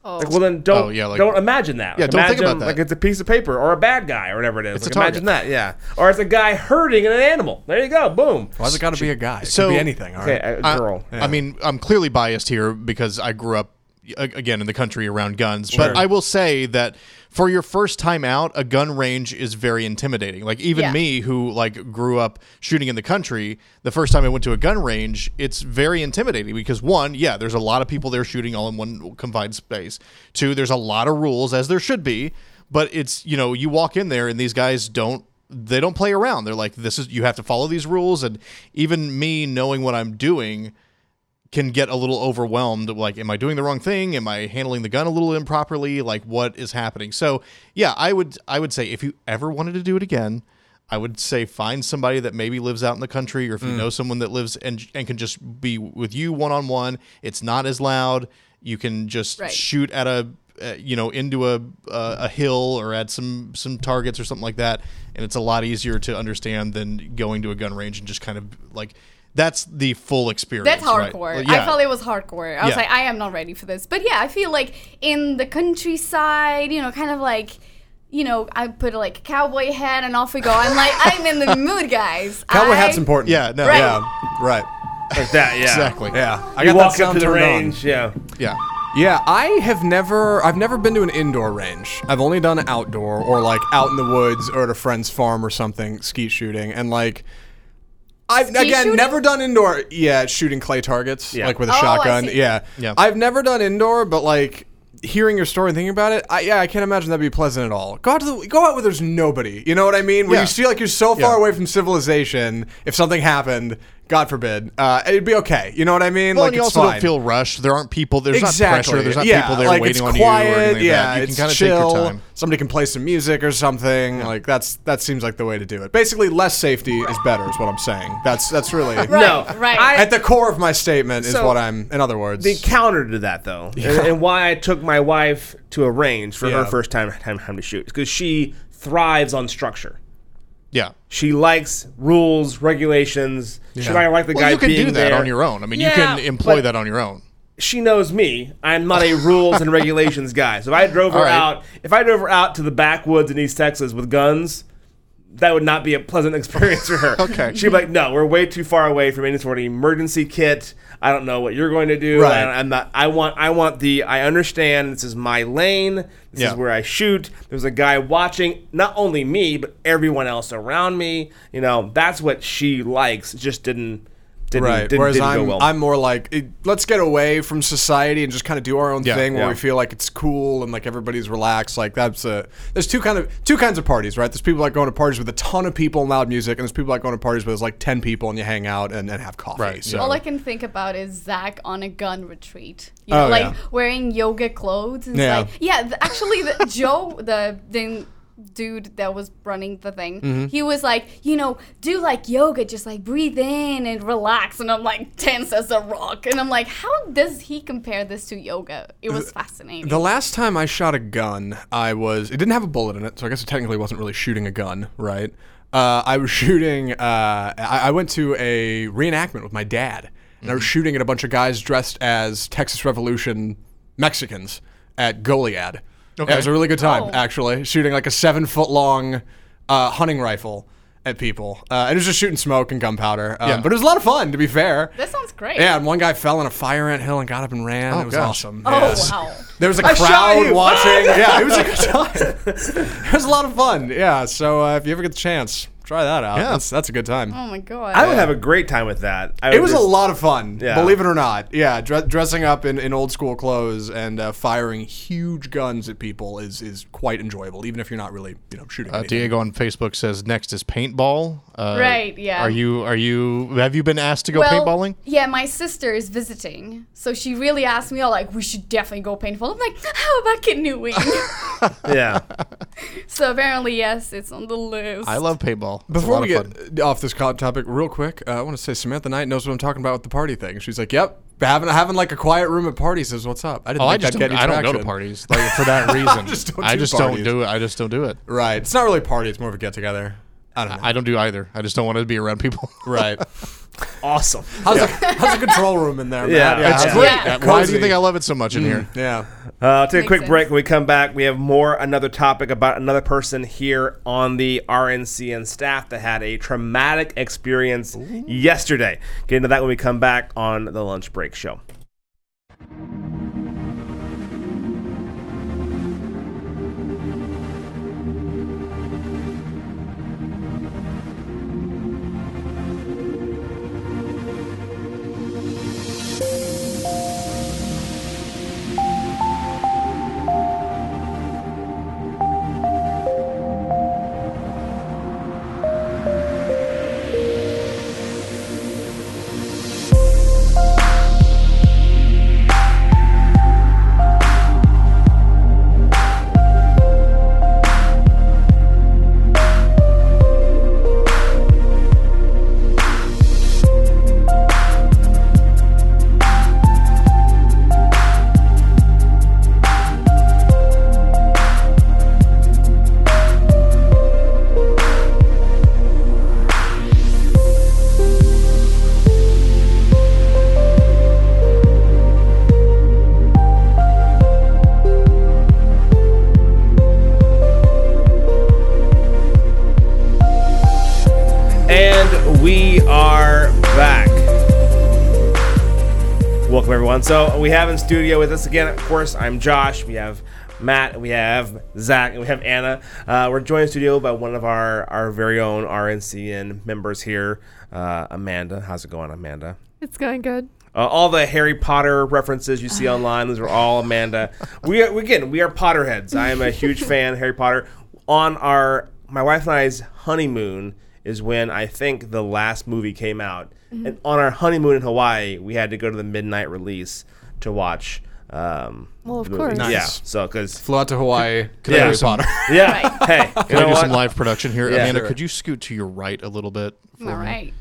Speaker 2: Like, well, then don't
Speaker 5: Oh, yeah, like-
Speaker 2: don't imagine that.
Speaker 5: Yeah,
Speaker 2: Like,
Speaker 5: don't think
Speaker 2: imagine,
Speaker 5: about that.
Speaker 2: Like it's a piece of paper or a bad guy or whatever it is.
Speaker 5: It's
Speaker 2: like,
Speaker 5: a target.
Speaker 2: imagine that, yeah. Or it's a guy hurting an animal. There you go, boom.
Speaker 4: Why's it got to be a guy? It
Speaker 5: so- uh,
Speaker 4: could be anything. All right.
Speaker 2: Okay, a
Speaker 5: I-
Speaker 2: girl.
Speaker 5: I, mean, I'm clearly biased here because I grew up a- again in the country around guns, but I will say that for your first time out, a gun range is very intimidating. Like even
Speaker 6: Yeah.
Speaker 5: me who like grew up shooting in the country, the first time I went to a gun range, it's very intimidating because one, yeah, there's a lot of people there shooting all in one confined space. Two, there's a lot of rules as there should be, but it's, you know, you walk in there and these guys don't they don't play around. They're like, this is you have to follow these rules, and even me knowing what I'm doing can get a little overwhelmed. Like, am I doing the wrong thing? Am I handling the gun a little improperly? Like, what is happening? So, yeah, I would I would say if you ever wanted to do it again, I would say find somebody that maybe lives out in the country, or if you know someone that lives and and can just be with you one on one. It's not as loud. You can just
Speaker 6: Right.
Speaker 5: shoot at a uh, you know into a uh, a hill or at some some targets or something like that and it's a lot easier to understand than going to a gun range and just kind of like that's the full experience
Speaker 6: That's
Speaker 5: right?
Speaker 6: hardcore.
Speaker 5: Like,
Speaker 6: I felt it was hardcore. I was
Speaker 5: Yeah.
Speaker 6: like, I am not ready for this. But yeah, I feel like in the countryside, you know, kind of like, you know, I put like a cowboy hat and off we go. I'm like, I'm in the mood, guys.
Speaker 4: Cowboy
Speaker 6: I,
Speaker 4: hat's important.
Speaker 5: Yeah, no,
Speaker 6: Right.
Speaker 4: yeah, right.
Speaker 2: Like that, yeah.
Speaker 5: exactly yeah
Speaker 4: Yeah, I
Speaker 2: You
Speaker 4: got that
Speaker 2: walk up to
Speaker 4: sound
Speaker 2: the
Speaker 4: turned on.
Speaker 2: range, yeah.
Speaker 5: yeah
Speaker 4: Yeah, I have never I've never been to an indoor range. I've only done outdoor or like out in the woods or at a friend's farm or something skeet shooting and like I've again
Speaker 6: shooting?
Speaker 4: never done indoor. Yeah, shooting clay targets
Speaker 2: Yeah.
Speaker 4: like with a
Speaker 6: Oh, I
Speaker 4: shotgun.
Speaker 6: see.
Speaker 4: Yeah.
Speaker 5: Yeah.
Speaker 4: I've never done indoor, but like hearing your story and thinking about it, I, yeah, I can't imagine that'd be pleasant at all. Go out to the, go out where there's nobody. You know what I mean? Where
Speaker 5: Yeah.
Speaker 4: you feel like you're so far
Speaker 5: Yeah.
Speaker 4: away from civilization. If something happened, God forbid, uh, it'd be okay. You know what I mean?
Speaker 5: well,
Speaker 4: like
Speaker 5: and you
Speaker 4: it's
Speaker 5: also
Speaker 4: fine.
Speaker 5: don't feel rushed there aren't people there's not
Speaker 4: Exactly.
Speaker 5: pressure there's not
Speaker 4: yeah.
Speaker 5: people there
Speaker 4: like
Speaker 5: waiting
Speaker 4: it's
Speaker 5: on
Speaker 4: quiet,
Speaker 5: you or anything like
Speaker 4: yeah,
Speaker 5: that you
Speaker 4: it's
Speaker 5: can kind of take
Speaker 4: chill.
Speaker 5: your time
Speaker 4: Somebody can play some music or something. Like that's that seems like the way to do it. Basically, less safety is better is what I'm saying. That's that's really
Speaker 2: No,
Speaker 6: right.
Speaker 2: I-
Speaker 4: at the core of my statement is
Speaker 2: So-
Speaker 4: what I'm. In other words,
Speaker 2: the counter to that though, and, and why I took my wife to a range for her
Speaker 4: Yeah.
Speaker 2: first time time, time to shoot, because she thrives on structure.
Speaker 5: yeah
Speaker 2: She likes rules, regulations. She might like the
Speaker 5: well,
Speaker 2: guy
Speaker 5: you can
Speaker 2: being
Speaker 5: do that
Speaker 2: there.
Speaker 5: on your own i mean you
Speaker 2: Yeah,
Speaker 5: can employ
Speaker 2: but-
Speaker 5: that on your own
Speaker 2: she knows me. I'm not a rules and regulations guy. So if I drove her
Speaker 5: All right.
Speaker 2: out, if I drove her out to the backwoods in East Texas with guns, that would not be a pleasant experience for her.
Speaker 5: Okay.
Speaker 2: She'd be like, "No, we're way too far away from any sort of emergency kit. I don't know what you're going to do.
Speaker 4: Right.
Speaker 2: I, am not. I want. I want the. I understand. This is my lane. This
Speaker 5: Yeah.
Speaker 2: is where I shoot. There's a guy watching. Not only me, but everyone else around me. You know, that's what she likes. Just didn't. Didn't,
Speaker 4: right.
Speaker 2: didn't,
Speaker 4: Whereas
Speaker 2: didn't
Speaker 4: I'm
Speaker 2: go well.
Speaker 4: I'm more like it, let's get away from society and just kind of do our own
Speaker 5: Yeah,
Speaker 4: thing where
Speaker 2: yeah.
Speaker 4: we feel like it's cool and like everybody's relaxed. Like that's a there's two kind of two kinds of parties, right? There's people like going to parties with a ton of people and loud music, and there's people like going to parties where there's like ten people and you hang out and, and have coffee.
Speaker 5: Right,
Speaker 4: So
Speaker 6: All I can think about is Zach on a gun retreat. You
Speaker 4: Oh,
Speaker 6: know, like
Speaker 4: yeah.
Speaker 6: wearing yoga clothes. It's
Speaker 4: Yeah.
Speaker 6: Like, yeah, th- actually, the, Joe, the, the dude that was running the thing,
Speaker 4: Mm-hmm.
Speaker 6: he was like, you know, do like yoga, just like breathe in and relax. And I'm like, tense as a rock. And I'm like, how does he compare this to yoga? It was fascinating.
Speaker 4: The last time I shot a gun, I was. It didn't have a bullet in it, so I guess it technically wasn't really shooting a gun, right? Uh, I was shooting. Uh, I, I went to a reenactment with my dad, and I
Speaker 5: Mm-hmm.
Speaker 4: was shooting at a bunch of guys dressed as Texas Revolution Mexicans at Goliad.
Speaker 5: Okay.
Speaker 4: It was a really good time,
Speaker 6: Oh.
Speaker 4: actually, shooting like a seven foot long uh, hunting rifle at people. Uh, and it was just shooting smoke and gunpowder. Um,
Speaker 5: Yeah.
Speaker 4: But it was a lot of fun, to be fair.
Speaker 6: that sounds great.
Speaker 4: Yeah, and one guy fell on a fire ant hill and got up and ran.
Speaker 5: Oh,
Speaker 4: it was
Speaker 5: gosh.
Speaker 4: awesome.
Speaker 6: Oh,
Speaker 4: Yeah.
Speaker 6: wow.
Speaker 4: There was a
Speaker 2: I shot
Speaker 4: crowd
Speaker 2: you.
Speaker 4: watching. yeah, it was a good time. it was a lot of fun. Yeah, so uh, if you ever get the chance, Try that out.
Speaker 5: Yeah.
Speaker 4: That's, that's a good time.
Speaker 6: Oh my god.
Speaker 2: I would have a great time with that. I
Speaker 4: It was a
Speaker 2: just-
Speaker 4: lot of fun,
Speaker 2: Yeah.
Speaker 4: believe it or not. Yeah, dre- dressing up in, in old school clothes and uh, firing huge guns at people is is quite enjoyable, even if you're not really you know shooting.
Speaker 5: Uh,
Speaker 4: anything.
Speaker 5: Diego on Facebook says next is paintball. Uh,
Speaker 6: Right, yeah.
Speaker 5: Are you are you have you been asked to go
Speaker 6: well,
Speaker 5: paintballing?
Speaker 6: Yeah, my sister is visiting, so she really asked me, "All like, we should definitely go paintball." I'm like, "How about canoeing?"
Speaker 2: Yeah.
Speaker 6: so apparently, yes, it's on the list.
Speaker 5: I love paintball. It's a
Speaker 4: Before
Speaker 5: lot
Speaker 4: we
Speaker 5: of fun.
Speaker 4: get off this co- topic, real quick, uh, I want to say Samantha Knight knows what I'm talking about with the party thing. She's like, "Yep, having having like a quiet room at parties is what's up." I didn't
Speaker 5: Oh,
Speaker 4: think
Speaker 5: I just
Speaker 4: I'd
Speaker 5: don't,
Speaker 4: get
Speaker 5: I
Speaker 4: any
Speaker 5: don't go to
Speaker 4: traction.
Speaker 5: parties like for that reason.
Speaker 4: just don't
Speaker 5: I
Speaker 4: do
Speaker 5: just don't
Speaker 4: parties.
Speaker 5: do it. I just don't do it.
Speaker 4: Right? It's not really a party; it's more of a get together. I don't know.
Speaker 5: I don't do either. I just don't want to be around people.
Speaker 4: right?
Speaker 2: awesome.
Speaker 4: How's, the, how's the control room in there? Matt?
Speaker 2: Yeah. It's
Speaker 4: how's
Speaker 5: Great.
Speaker 4: that?
Speaker 6: Yeah.
Speaker 5: Why do
Speaker 4: Cozy.
Speaker 5: you think I love it so much in here?
Speaker 4: Yeah.
Speaker 2: Uh, I'll take a
Speaker 6: Makes
Speaker 2: quick
Speaker 6: sense.
Speaker 2: break. When we come back, we have more another topic about another person here on the RNCN staff that had a traumatic experience yesterday. Get into that when we come back on the lunch break show. And we are back. Welcome, everyone. So, we have in studio with us again, of course, I'm Josh. We have Matt, we have Zach, and we have Anna. Uh, we're joined in studio by one of our, our very own RNCN members here, uh, Amanda. How's it going, Amanda?
Speaker 7: It's going good.
Speaker 2: Uh, all the Harry Potter references you see online, those are all Amanda. We are, again, we are Potterheads. I am a huge fan of Harry Potter. On our, my wife and I's honeymoon is when I think the last movie came out.
Speaker 7: Mm-hmm.
Speaker 2: And on our honeymoon in Hawaii, we had to go to the midnight release to watch. Um,
Speaker 7: Well, of
Speaker 2: the movie.
Speaker 7: course.
Speaker 2: Yeah.
Speaker 4: Nice.
Speaker 2: So, because,
Speaker 4: Flew out to Hawaii.
Speaker 5: Could I
Speaker 2: Yeah.
Speaker 5: do some,
Speaker 2: yeah. Hey, you
Speaker 5: could I
Speaker 2: know
Speaker 5: do
Speaker 2: what?
Speaker 5: some live production here?
Speaker 2: Yeah.
Speaker 5: Amanda,
Speaker 2: Sure.
Speaker 5: could you scoot to your right a little bit? for
Speaker 6: All
Speaker 5: me?
Speaker 6: right.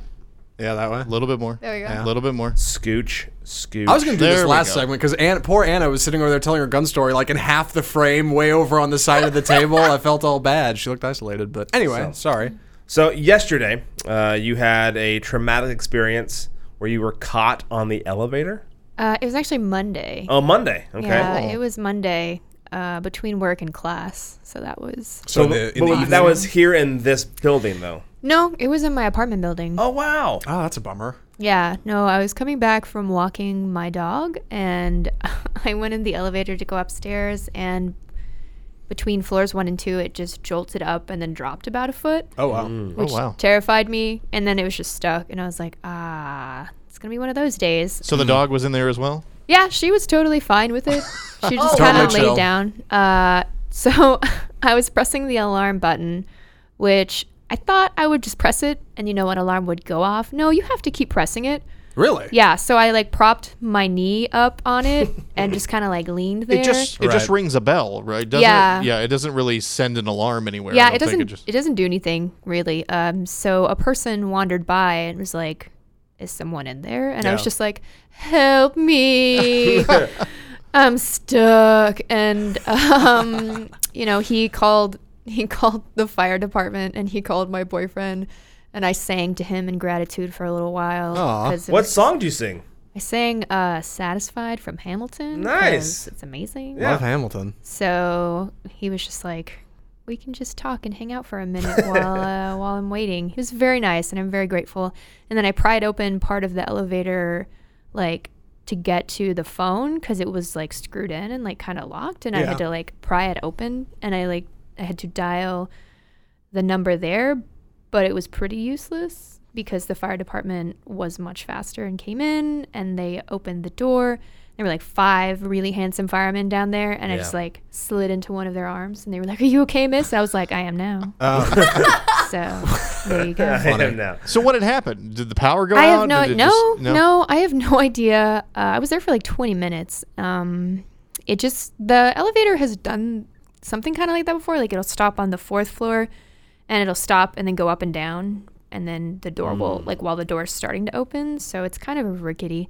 Speaker 4: Yeah, that way.
Speaker 5: A little bit more.
Speaker 6: There we go.
Speaker 5: A little bit more.
Speaker 2: Scooch, scooch.
Speaker 4: I was gonna do
Speaker 5: There
Speaker 4: this
Speaker 5: we
Speaker 4: last
Speaker 5: go.
Speaker 4: segment because Anna, poor Anna was sitting over there telling her gun story like in half the frame, way over on the side of the table. I felt all bad. She looked isolated, but anyway, sorry.
Speaker 2: So yesterday, uh, you had a traumatic experience where you were caught on the elevator.
Speaker 7: Uh, it was actually Monday.
Speaker 2: Oh, Monday. Okay.
Speaker 7: Yeah, it was Monday uh, between work and class. So that was.
Speaker 4: So,
Speaker 2: but that was here in this building, though.
Speaker 7: No, it was in my apartment building.
Speaker 2: Oh wow!
Speaker 4: oh, that's a bummer.
Speaker 7: Yeah, no, I was coming back from walking my dog and I went in the elevator to go upstairs and between floors one and two, it just jolted up and then dropped about a foot,
Speaker 4: Oh wow.
Speaker 7: which
Speaker 5: wow.
Speaker 7: terrified me. And then it was just stuck. And I was like, ah, it's going to be one of those days.
Speaker 5: So the dog was in there as well.
Speaker 7: Yeah, she was totally fine with it. She
Speaker 5: Oh.
Speaker 4: Totally
Speaker 7: just kind of
Speaker 4: chill.
Speaker 7: laid down. Uh, so I was pressing the alarm button, which I thought I would just press it and you know an alarm would go off. No, you have to keep pressing it.
Speaker 4: Really?
Speaker 7: Yeah, so I like propped my knee up on it and just kind of like leaned there.
Speaker 5: It just it just
Speaker 4: Right.
Speaker 5: rings a bell, right? Doesn't
Speaker 7: Yeah.
Speaker 5: It, yeah. It doesn't really send an alarm anywhere.
Speaker 7: yeah,
Speaker 5: I
Speaker 7: it
Speaker 5: don't
Speaker 7: doesn't
Speaker 5: think
Speaker 7: it,
Speaker 5: just-
Speaker 7: doesn't do anything really. Um, so a person wandered by and was like, "Is someone in there?" And I was
Speaker 4: Yeah.
Speaker 7: just like, "Help me." I'm stuck. And um, you know, he called he called the fire department and he called my boyfriend and I sang to him in gratitude for a little while.
Speaker 4: Aw.
Speaker 7: 'cause it
Speaker 2: What
Speaker 7: was-
Speaker 2: song do you sing?
Speaker 7: I sang uh, Satisfied from Hamilton.
Speaker 2: Nice.
Speaker 7: 'cause It's amazing.
Speaker 2: Yeah.
Speaker 4: Love Hamilton.
Speaker 7: So he was just like, we can just talk and hang out for a minute while uh, while I'm waiting. He was very nice, and I'm very grateful. And then I pried open part of the elevator, like to get to the phone because it was like screwed in and like kind of locked, and I
Speaker 4: Yeah.
Speaker 7: had to like pry it open, and I like I had to dial the number there, but it was pretty useless because the fire department was much faster and came in and they opened the door. There were like five really handsome firemen down there, and I just
Speaker 2: Yeah.
Speaker 7: like slid into one of their arms, and they were like, "Are you okay, Miss?" I was like, "I am now."
Speaker 5: Oh.
Speaker 7: so there you go.
Speaker 2: I am now.
Speaker 5: So what had happened? Did the power go
Speaker 7: I
Speaker 5: out?
Speaker 7: have no,
Speaker 5: Did it
Speaker 7: no,
Speaker 5: just-
Speaker 7: no, I have no idea. Uh, I was there for like 20 minutes. Um, it just the elevator has done something kind of like that before. Like it'll stop on the fourth floor, and it'll stop and then go up and down, and then the door
Speaker 4: Mm.
Speaker 7: will like while the door is starting to open. So it's kind of rickety.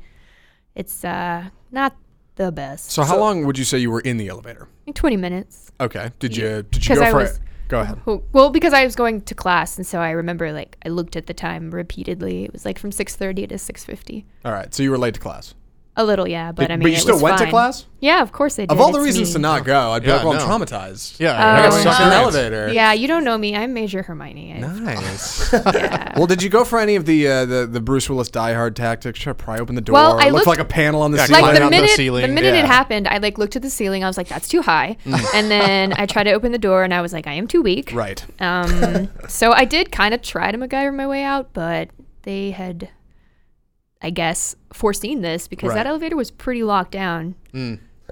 Speaker 7: It's uh not the best.
Speaker 4: So how long would you say you were in the elevator?
Speaker 7: Like 20 minutes.
Speaker 4: Okay. Did you did you
Speaker 7: 'Cause
Speaker 4: go
Speaker 7: I
Speaker 4: for
Speaker 7: was-
Speaker 4: it? Go ahead.
Speaker 7: Well- Well, because I was going to class, and so I remember like I looked at the time repeatedly. It was like from 6:30 to 6:50.
Speaker 4: All right. So you were late to class.
Speaker 7: A little, yeah, but I mean,
Speaker 4: but you
Speaker 7: it
Speaker 4: still
Speaker 7: was
Speaker 4: went to
Speaker 7: fine.
Speaker 4: class?
Speaker 7: Yeah, of course I did.
Speaker 4: Of all the
Speaker 7: It's
Speaker 4: reasons
Speaker 7: me.
Speaker 4: to not go, I'd be
Speaker 5: Yeah,
Speaker 4: like, well, I'm
Speaker 5: no.
Speaker 4: traumatized.
Speaker 5: Yeah,
Speaker 4: I
Speaker 7: Oh,
Speaker 4: got stuck in an
Speaker 7: wow.
Speaker 4: elevator.
Speaker 7: Yeah, you don't know me. I'm Major Hermione. I-
Speaker 4: Nice.
Speaker 7: yeah.
Speaker 4: well, did you go for any of the uh, the, the Bruce Willis Die Hard tactics? Try to pry open the door.
Speaker 7: Well, I
Speaker 4: look
Speaker 7: looked-
Speaker 4: like a panel on the ceiling.
Speaker 7: like
Speaker 5: climbing
Speaker 7: the
Speaker 5: up the
Speaker 7: minute, the,
Speaker 5: ceiling,
Speaker 7: minute
Speaker 5: yeah.
Speaker 7: it happened, I like looked at the ceiling. I was like, "That's too high," and then I tried to open the door, and I was like, "I am too weak."
Speaker 4: Mm. right.
Speaker 7: Um, so I did kind of try to MacGyver my way out, but they had, I guess, foreseen this because
Speaker 4: Right. Mm.
Speaker 7: that elevator was pretty locked down.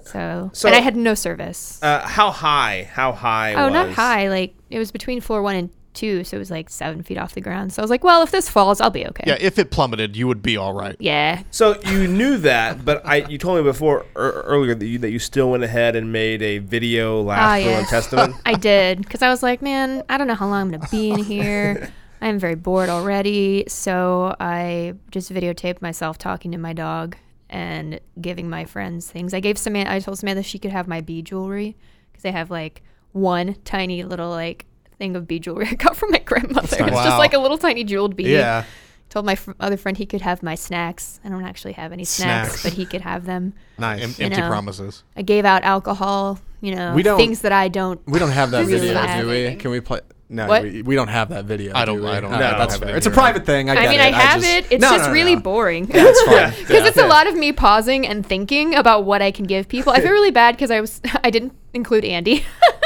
Speaker 7: So,
Speaker 2: So-
Speaker 7: and I had no service.
Speaker 2: Uh, how high? How high?
Speaker 7: oh,
Speaker 2: was,
Speaker 7: not high. Like it was between floor one and two, so it was like seven feet off the ground. So I was like, "Well, if this falls, I'll be okay."
Speaker 5: Yeah, if it plummeted, you would be all right.
Speaker 7: Yeah.
Speaker 2: So you knew that, but I you told me before er, earlier that you that you still went ahead and made a video
Speaker 7: Ah,
Speaker 2: last will and
Speaker 7: yes.
Speaker 2: testament.
Speaker 7: I did because I was like, man, I don't know how long I'm gonna be in here. I'm very bored already, so I just videotaped myself talking to my dog and giving my friends things. I gave Samantha. I told Samantha she could have my bee jewelry because I have like one tiny little like thing of bee jewelry I got from my grandmother. It's
Speaker 5: Wow.
Speaker 7: just like a little tiny jeweled bee.
Speaker 4: Yeah.
Speaker 7: Told my fr- other friend he could have my snacks. I don't actually have any snacks,
Speaker 4: Snacks.
Speaker 7: but he could have them.
Speaker 5: Em-
Speaker 4: Nice.
Speaker 5: empty
Speaker 7: know.
Speaker 5: promises.
Speaker 7: I gave out alcohol. You know,
Speaker 4: We don't-
Speaker 7: things that I don't
Speaker 4: We don't have that
Speaker 7: This is
Speaker 4: video, do we?
Speaker 6: fascinating.
Speaker 4: Can we play? No,
Speaker 7: What?
Speaker 4: we, we don't have that video.
Speaker 5: I don't-
Speaker 4: Do we?
Speaker 5: I don't-
Speaker 4: All
Speaker 5: no, I
Speaker 4: right,
Speaker 5: don't
Speaker 4: that's
Speaker 5: have it
Speaker 4: fair.
Speaker 5: in
Speaker 4: It's a
Speaker 5: here.
Speaker 4: private thing. I,
Speaker 7: I
Speaker 4: get
Speaker 7: mean,
Speaker 4: it.
Speaker 7: I have
Speaker 4: just-
Speaker 7: it. It's
Speaker 4: No,
Speaker 7: just
Speaker 4: no, no,
Speaker 7: really
Speaker 4: no.
Speaker 7: boring.
Speaker 4: Yeah,
Speaker 7: Because
Speaker 4: it's fine.
Speaker 7: it's a lot of me pausing and thinking about what I can give people. I feel really bad because I was I didn't include Andy,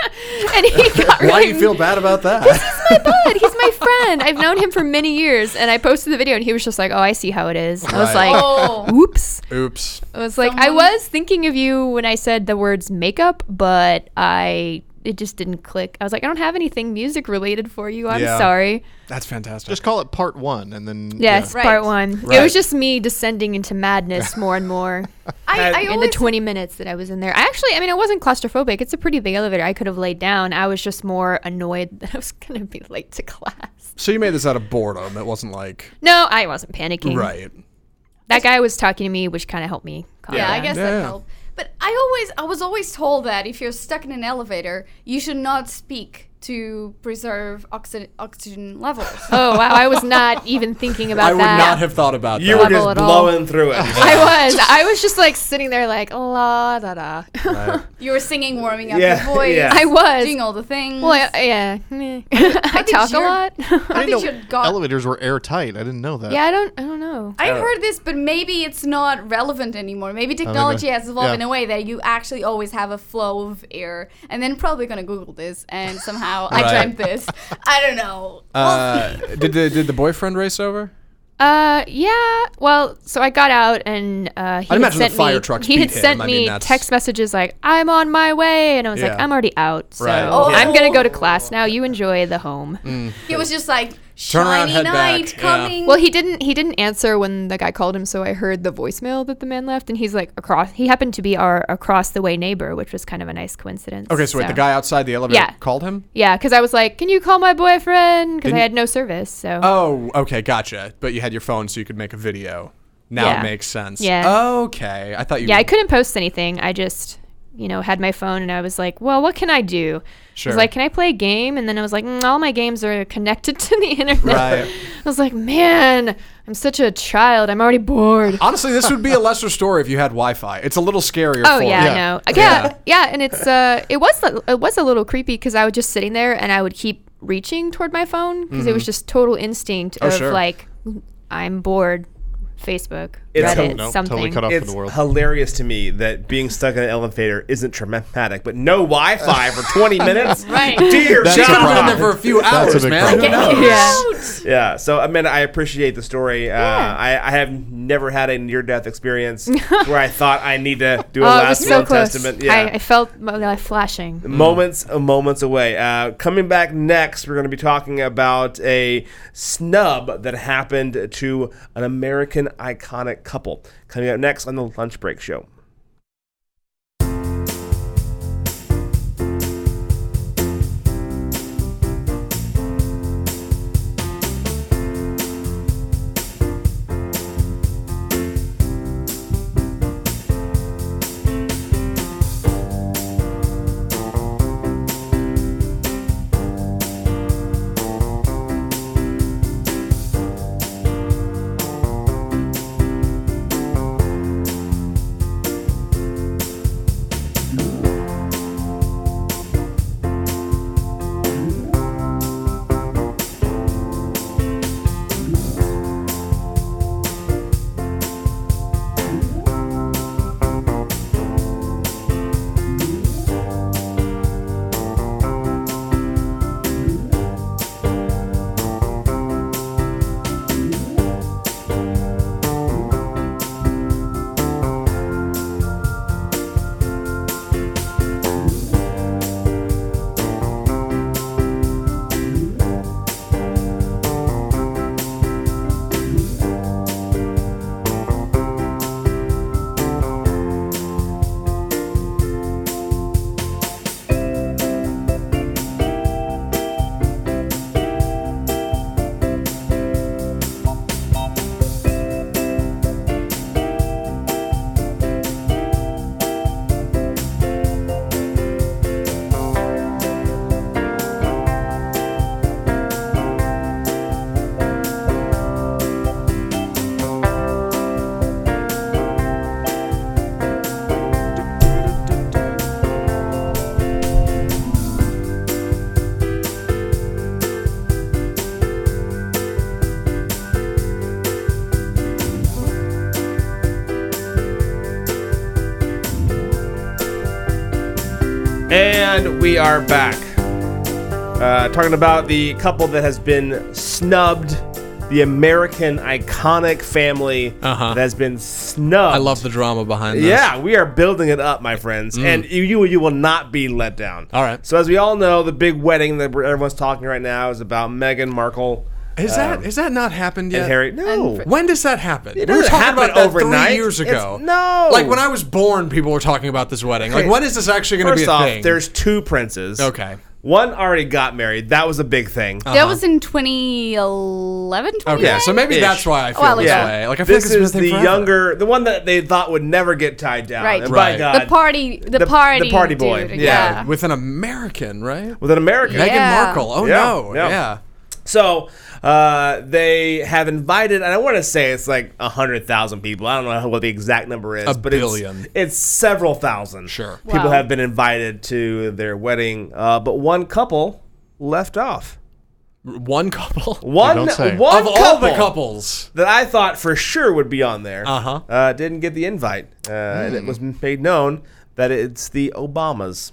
Speaker 7: and he got really.
Speaker 4: Why do you feel bad about that?
Speaker 7: He's my bud. He's my friend. I've known him for many years, and I posted the video, and he was just like, "Oh, I see how it is." I was
Speaker 4: Right.
Speaker 7: like,
Speaker 6: Oh,
Speaker 7: "Oops."
Speaker 4: Oops.
Speaker 7: I was like, "I was thinking of you when I said the words makeup, but I." It just didn't click. I was like, I don't have anything music related for you. I'm
Speaker 4: Yeah.
Speaker 7: sorry.
Speaker 4: That's fantastic.
Speaker 5: Just call it part one, and then
Speaker 7: Yes,
Speaker 6: Right.
Speaker 7: part one. It
Speaker 4: Right.
Speaker 7: was just me descending into madness more and more
Speaker 6: I, I
Speaker 7: in the
Speaker 6: always
Speaker 7: 20 minutes that I was in there. I actually, I mean, I wasn't claustrophobic. It's a pretty big elevator. I could have laid down. I was just more annoyed that I was going to be late to class.
Speaker 4: so you made this out of boredom. It wasn't like
Speaker 7: No, I wasn't panicking.
Speaker 4: right.
Speaker 7: That guy was talking to me, which kind of helped me calm
Speaker 6: Yeah, I
Speaker 7: down.
Speaker 6: guess
Speaker 4: Yeah.
Speaker 6: that helped. But I always, I was always told that if you're stuck in an elevator, you should not speak to preserve oxy- oxygen levels.
Speaker 7: Oh, wow. I was not even thinking
Speaker 4: I
Speaker 7: about
Speaker 4: would
Speaker 7: that.
Speaker 4: not have thought about
Speaker 2: You
Speaker 4: that.
Speaker 2: were
Speaker 7: Level
Speaker 2: just
Speaker 7: at all.
Speaker 2: blowing through it.
Speaker 7: I was. I was just like sitting there, like, la da da.
Speaker 6: you were singing, warming up
Speaker 2: Yeah,
Speaker 6: your voice.
Speaker 2: yeah.
Speaker 7: I was.
Speaker 6: doing all the things.
Speaker 7: Well, I, yeah. I
Speaker 6: did
Speaker 7: talk a
Speaker 6: your-
Speaker 7: lot.
Speaker 6: I
Speaker 5: I
Speaker 6: think
Speaker 5: didn't
Speaker 6: you'd
Speaker 5: know
Speaker 6: got.
Speaker 5: elevators were airtight. I didn't know that.
Speaker 7: yeah, I don't, I don't know.
Speaker 6: I heard this, but maybe it's not relevant anymore. Maybe technology has evolved
Speaker 5: yeah.
Speaker 6: in a way that you actually always have a flow of air. And then probably gonna Google this, and somehow I dreamt this. I don't know.
Speaker 4: Uh, did the did the boyfriend race over?
Speaker 7: Uh, yeah. Well, so I got out and uh, he
Speaker 4: I'd
Speaker 7: had
Speaker 4: imagine the
Speaker 7: sent
Speaker 4: fire
Speaker 7: me.
Speaker 4: trucks
Speaker 7: he had
Speaker 4: beat him.
Speaker 7: sent
Speaker 4: I mean,
Speaker 7: me
Speaker 4: that's-
Speaker 7: text messages like, "I'm on my way," and I was like,
Speaker 4: Yeah.
Speaker 7: "I'm already out, so
Speaker 4: Right. Mm.
Speaker 6: Oh.
Speaker 7: I'm gonna go to class now. You enjoy the home."
Speaker 6: He was just like
Speaker 4: Turn around,
Speaker 6: shiny
Speaker 4: head back."
Speaker 6: night
Speaker 4: Yeah.
Speaker 6: coming.
Speaker 7: Well, he didn't. He didn't answer when the guy called him, so I heard the voicemail that the man left, and he's like across. He happened to be our across the way neighbor, which was kind of a nice coincidence.
Speaker 4: Okay, so wait, the guy outside the elevator
Speaker 7: Yeah.
Speaker 4: called him.
Speaker 7: Yeah, because I was like, "Can you call my boyfriend?" Because I
Speaker 4: Didn't-
Speaker 7: had no service. So.
Speaker 4: Oh, okay, gotcha. But you had your phone, so you could make a video. Now
Speaker 7: Yeah.
Speaker 4: it makes sense.
Speaker 7: Yeah.
Speaker 4: Okay, I thought you.
Speaker 7: Yeah, I couldn't post anything. I just, you know, had my phone and I was like, well, what can I do? I
Speaker 4: Sure.
Speaker 7: was like, can I play a game? And then I was like, mm, all my games are connected to the internet.
Speaker 4: Right.
Speaker 7: I was like, man, I'm such a child. I'm already bored.
Speaker 4: Honestly, this would be a lesser story if you had Wi-Fi. It's a little scarier.
Speaker 7: Oh
Speaker 4: for
Speaker 7: yeah,
Speaker 4: you.
Speaker 7: I know. Yeah, yeah, and it's uh, it was li- it was a little creepy because I was just sitting there and I would keep reaching toward my phone because it was just total instinct of
Speaker 4: sure.
Speaker 7: like, I'm bored, Facebook.
Speaker 2: It's
Speaker 7: Reddit.
Speaker 2: hel-
Speaker 5: no, totally
Speaker 7: something.
Speaker 5: cut off from
Speaker 2: it's
Speaker 5: the world.
Speaker 2: hilarious to me that being stuck in an elevator isn't traumatic, but no Wi-Fi for 20 minutes.
Speaker 6: Right.
Speaker 2: Dear
Speaker 5: That's
Speaker 4: She could have
Speaker 5: problem.
Speaker 4: been in
Speaker 2: God.
Speaker 4: there for a few
Speaker 5: That's a
Speaker 4: hours,
Speaker 5: big
Speaker 4: man. Who
Speaker 5: problem.
Speaker 4: knows?
Speaker 7: Yeah.
Speaker 2: yeah. So Amanda, I appreciate the story. Uh, I, I have never had a near-death experience where I thought I need to do a
Speaker 7: Oh, it was
Speaker 2: last
Speaker 7: so
Speaker 2: will
Speaker 7: close.
Speaker 2: testament.
Speaker 7: I, I felt my life flashing.
Speaker 2: moments uh, moments away. Uh, coming back next, we're going to be talking about a snub that happened to an American iconic couple. Coming up next on the Lunch Break Show. And we are back. Uh, talking about the couple that has been snubbed, the American iconic family
Speaker 4: Uh-huh.
Speaker 2: that has been snubbed.
Speaker 4: I love the drama behind this.
Speaker 2: Yeah, we are building it up, my friends, and you, you you will not be let down.
Speaker 4: All right.
Speaker 2: So as we all know, the big wedding that everyone's talking right now is about Meghan Markle
Speaker 4: Is that has that not happened yet?
Speaker 2: and Um, Harry. No,
Speaker 4: When does that happen?
Speaker 2: It
Speaker 4: we were
Speaker 2: doesn't
Speaker 4: talking
Speaker 2: happen
Speaker 4: about that
Speaker 2: overnight.
Speaker 4: three years ago.
Speaker 2: It's- no.
Speaker 4: like when I was born, people were talking about this wedding. Like,
Speaker 2: Okay.
Speaker 4: when is this actually going to be
Speaker 2: first
Speaker 4: a
Speaker 2: off,
Speaker 4: thing?
Speaker 2: there's two princes.
Speaker 4: okay. Uh-huh.
Speaker 2: One already got married. That was a big thing.
Speaker 6: That was in 2011,
Speaker 4: Okay,
Speaker 6: 2010?
Speaker 4: so maybe
Speaker 2: Ish.
Speaker 4: that's why I feel
Speaker 6: Well,
Speaker 4: this
Speaker 6: yeah.
Speaker 4: way. Like I feel
Speaker 2: this
Speaker 4: like
Speaker 2: is
Speaker 4: it's been a
Speaker 2: the
Speaker 4: thing forever.
Speaker 2: younger, the one that they thought would never get tied down.
Speaker 6: Right.
Speaker 2: And by
Speaker 4: Right.
Speaker 2: God,
Speaker 6: the party, the,
Speaker 2: the
Speaker 6: party,
Speaker 2: party boy.
Speaker 6: dude,
Speaker 2: Yeah.
Speaker 6: yeah.
Speaker 4: with an American, right?
Speaker 2: with an American.
Speaker 4: Meghan
Speaker 6: Yeah.
Speaker 4: Markle. Oh
Speaker 2: Yeah,
Speaker 4: no,
Speaker 2: yeah.
Speaker 4: yeah.
Speaker 2: So uh, they have invited, and I want to say it's like a hundred thousand people. I don't know what the exact number is,
Speaker 4: A
Speaker 2: but it's-
Speaker 4: billion.
Speaker 2: It's, several thousand.
Speaker 4: Sure.
Speaker 2: people
Speaker 6: Wow.
Speaker 2: have been invited to their wedding, uh, but one couple left off.
Speaker 4: One couple
Speaker 2: One, one
Speaker 5: don't say.
Speaker 4: of
Speaker 2: couple
Speaker 4: all the couples.
Speaker 2: that I thought for sure would be on there
Speaker 4: Uh-huh. Hmm.
Speaker 2: uh, didn't get the invite, uh, and it was made known that it's the Obamas.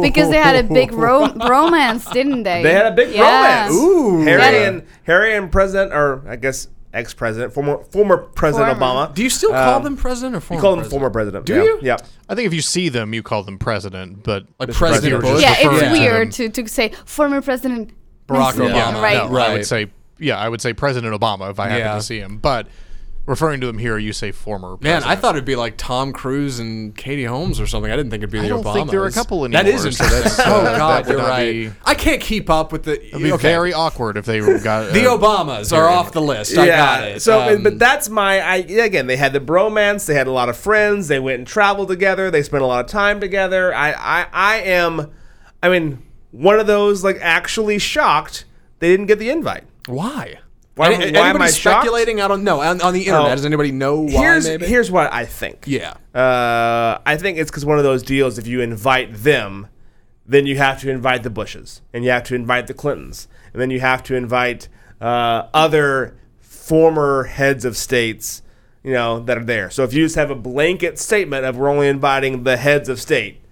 Speaker 6: Because they had a big ro- romance, didn't they?
Speaker 2: They had a big
Speaker 6: Yeah.
Speaker 2: romance.
Speaker 4: Ooh.
Speaker 2: Harry
Speaker 6: Yeah.
Speaker 2: and Harry and President, or I guess ex-president, former former President
Speaker 6: Former.
Speaker 2: Obama.
Speaker 4: Do you still call
Speaker 2: Um,
Speaker 4: them president or former?
Speaker 2: You call him
Speaker 4: president?
Speaker 2: former president.
Speaker 4: Do
Speaker 2: yeah.
Speaker 4: you?
Speaker 2: Yeah.
Speaker 5: I think if you see them, you call them president, but
Speaker 4: Like
Speaker 5: Mr.
Speaker 4: President
Speaker 5: you were
Speaker 4: Bush?
Speaker 5: just
Speaker 6: Yeah, it's
Speaker 5: referring to
Speaker 6: weird
Speaker 5: them.
Speaker 6: to, to say former president
Speaker 4: Barack
Speaker 6: Nice-
Speaker 4: Obama.
Speaker 6: Yeah, right.
Speaker 5: No, I
Speaker 4: Right.
Speaker 5: would say yeah, I would say President Obama if I happen
Speaker 4: Yeah.
Speaker 5: to see him, but referring to him here, you say former.
Speaker 4: Man,
Speaker 5: President.
Speaker 4: I thought it'd be like Tom Cruise and Katie Holmes or something. I didn't think it'd be the
Speaker 5: I don't
Speaker 4: Obamas.
Speaker 5: think they're a couple
Speaker 4: That is
Speaker 5: anymore, so
Speaker 4: interesting.
Speaker 5: that's, uh,
Speaker 4: oh
Speaker 5: that
Speaker 4: God,
Speaker 5: would
Speaker 4: you're
Speaker 5: not
Speaker 4: right.
Speaker 5: be-
Speaker 4: I can't keep up with the.
Speaker 5: It'd be
Speaker 4: okay.
Speaker 5: very awkward if they got
Speaker 4: the
Speaker 5: uh,
Speaker 4: Obamas are off the list. I got it.
Speaker 2: So,
Speaker 4: Um,
Speaker 2: but that's my. I again, they had the bromance. They had a lot of friends. They went and traveled together. They spent a lot of time together. I, I, I am. I mean, one of those like actually shocked they didn't get the invite.
Speaker 4: why?
Speaker 2: Why-
Speaker 4: Any-
Speaker 2: why am
Speaker 4: anybody
Speaker 2: I shocked?
Speaker 4: speculating? I don't know. On, on the internet,
Speaker 2: Oh.
Speaker 4: does anybody know why?
Speaker 2: here's
Speaker 4: maybe?
Speaker 2: here's what I think.
Speaker 4: yeah.
Speaker 2: Uh, I think it's because one of those deals. If you invite them, then you have to invite the Bushes, and you have to invite the Clintons, and then you have to invite uh, other former heads of states you know, that are there. So if you just have a blanket statement of we're only inviting the heads of state,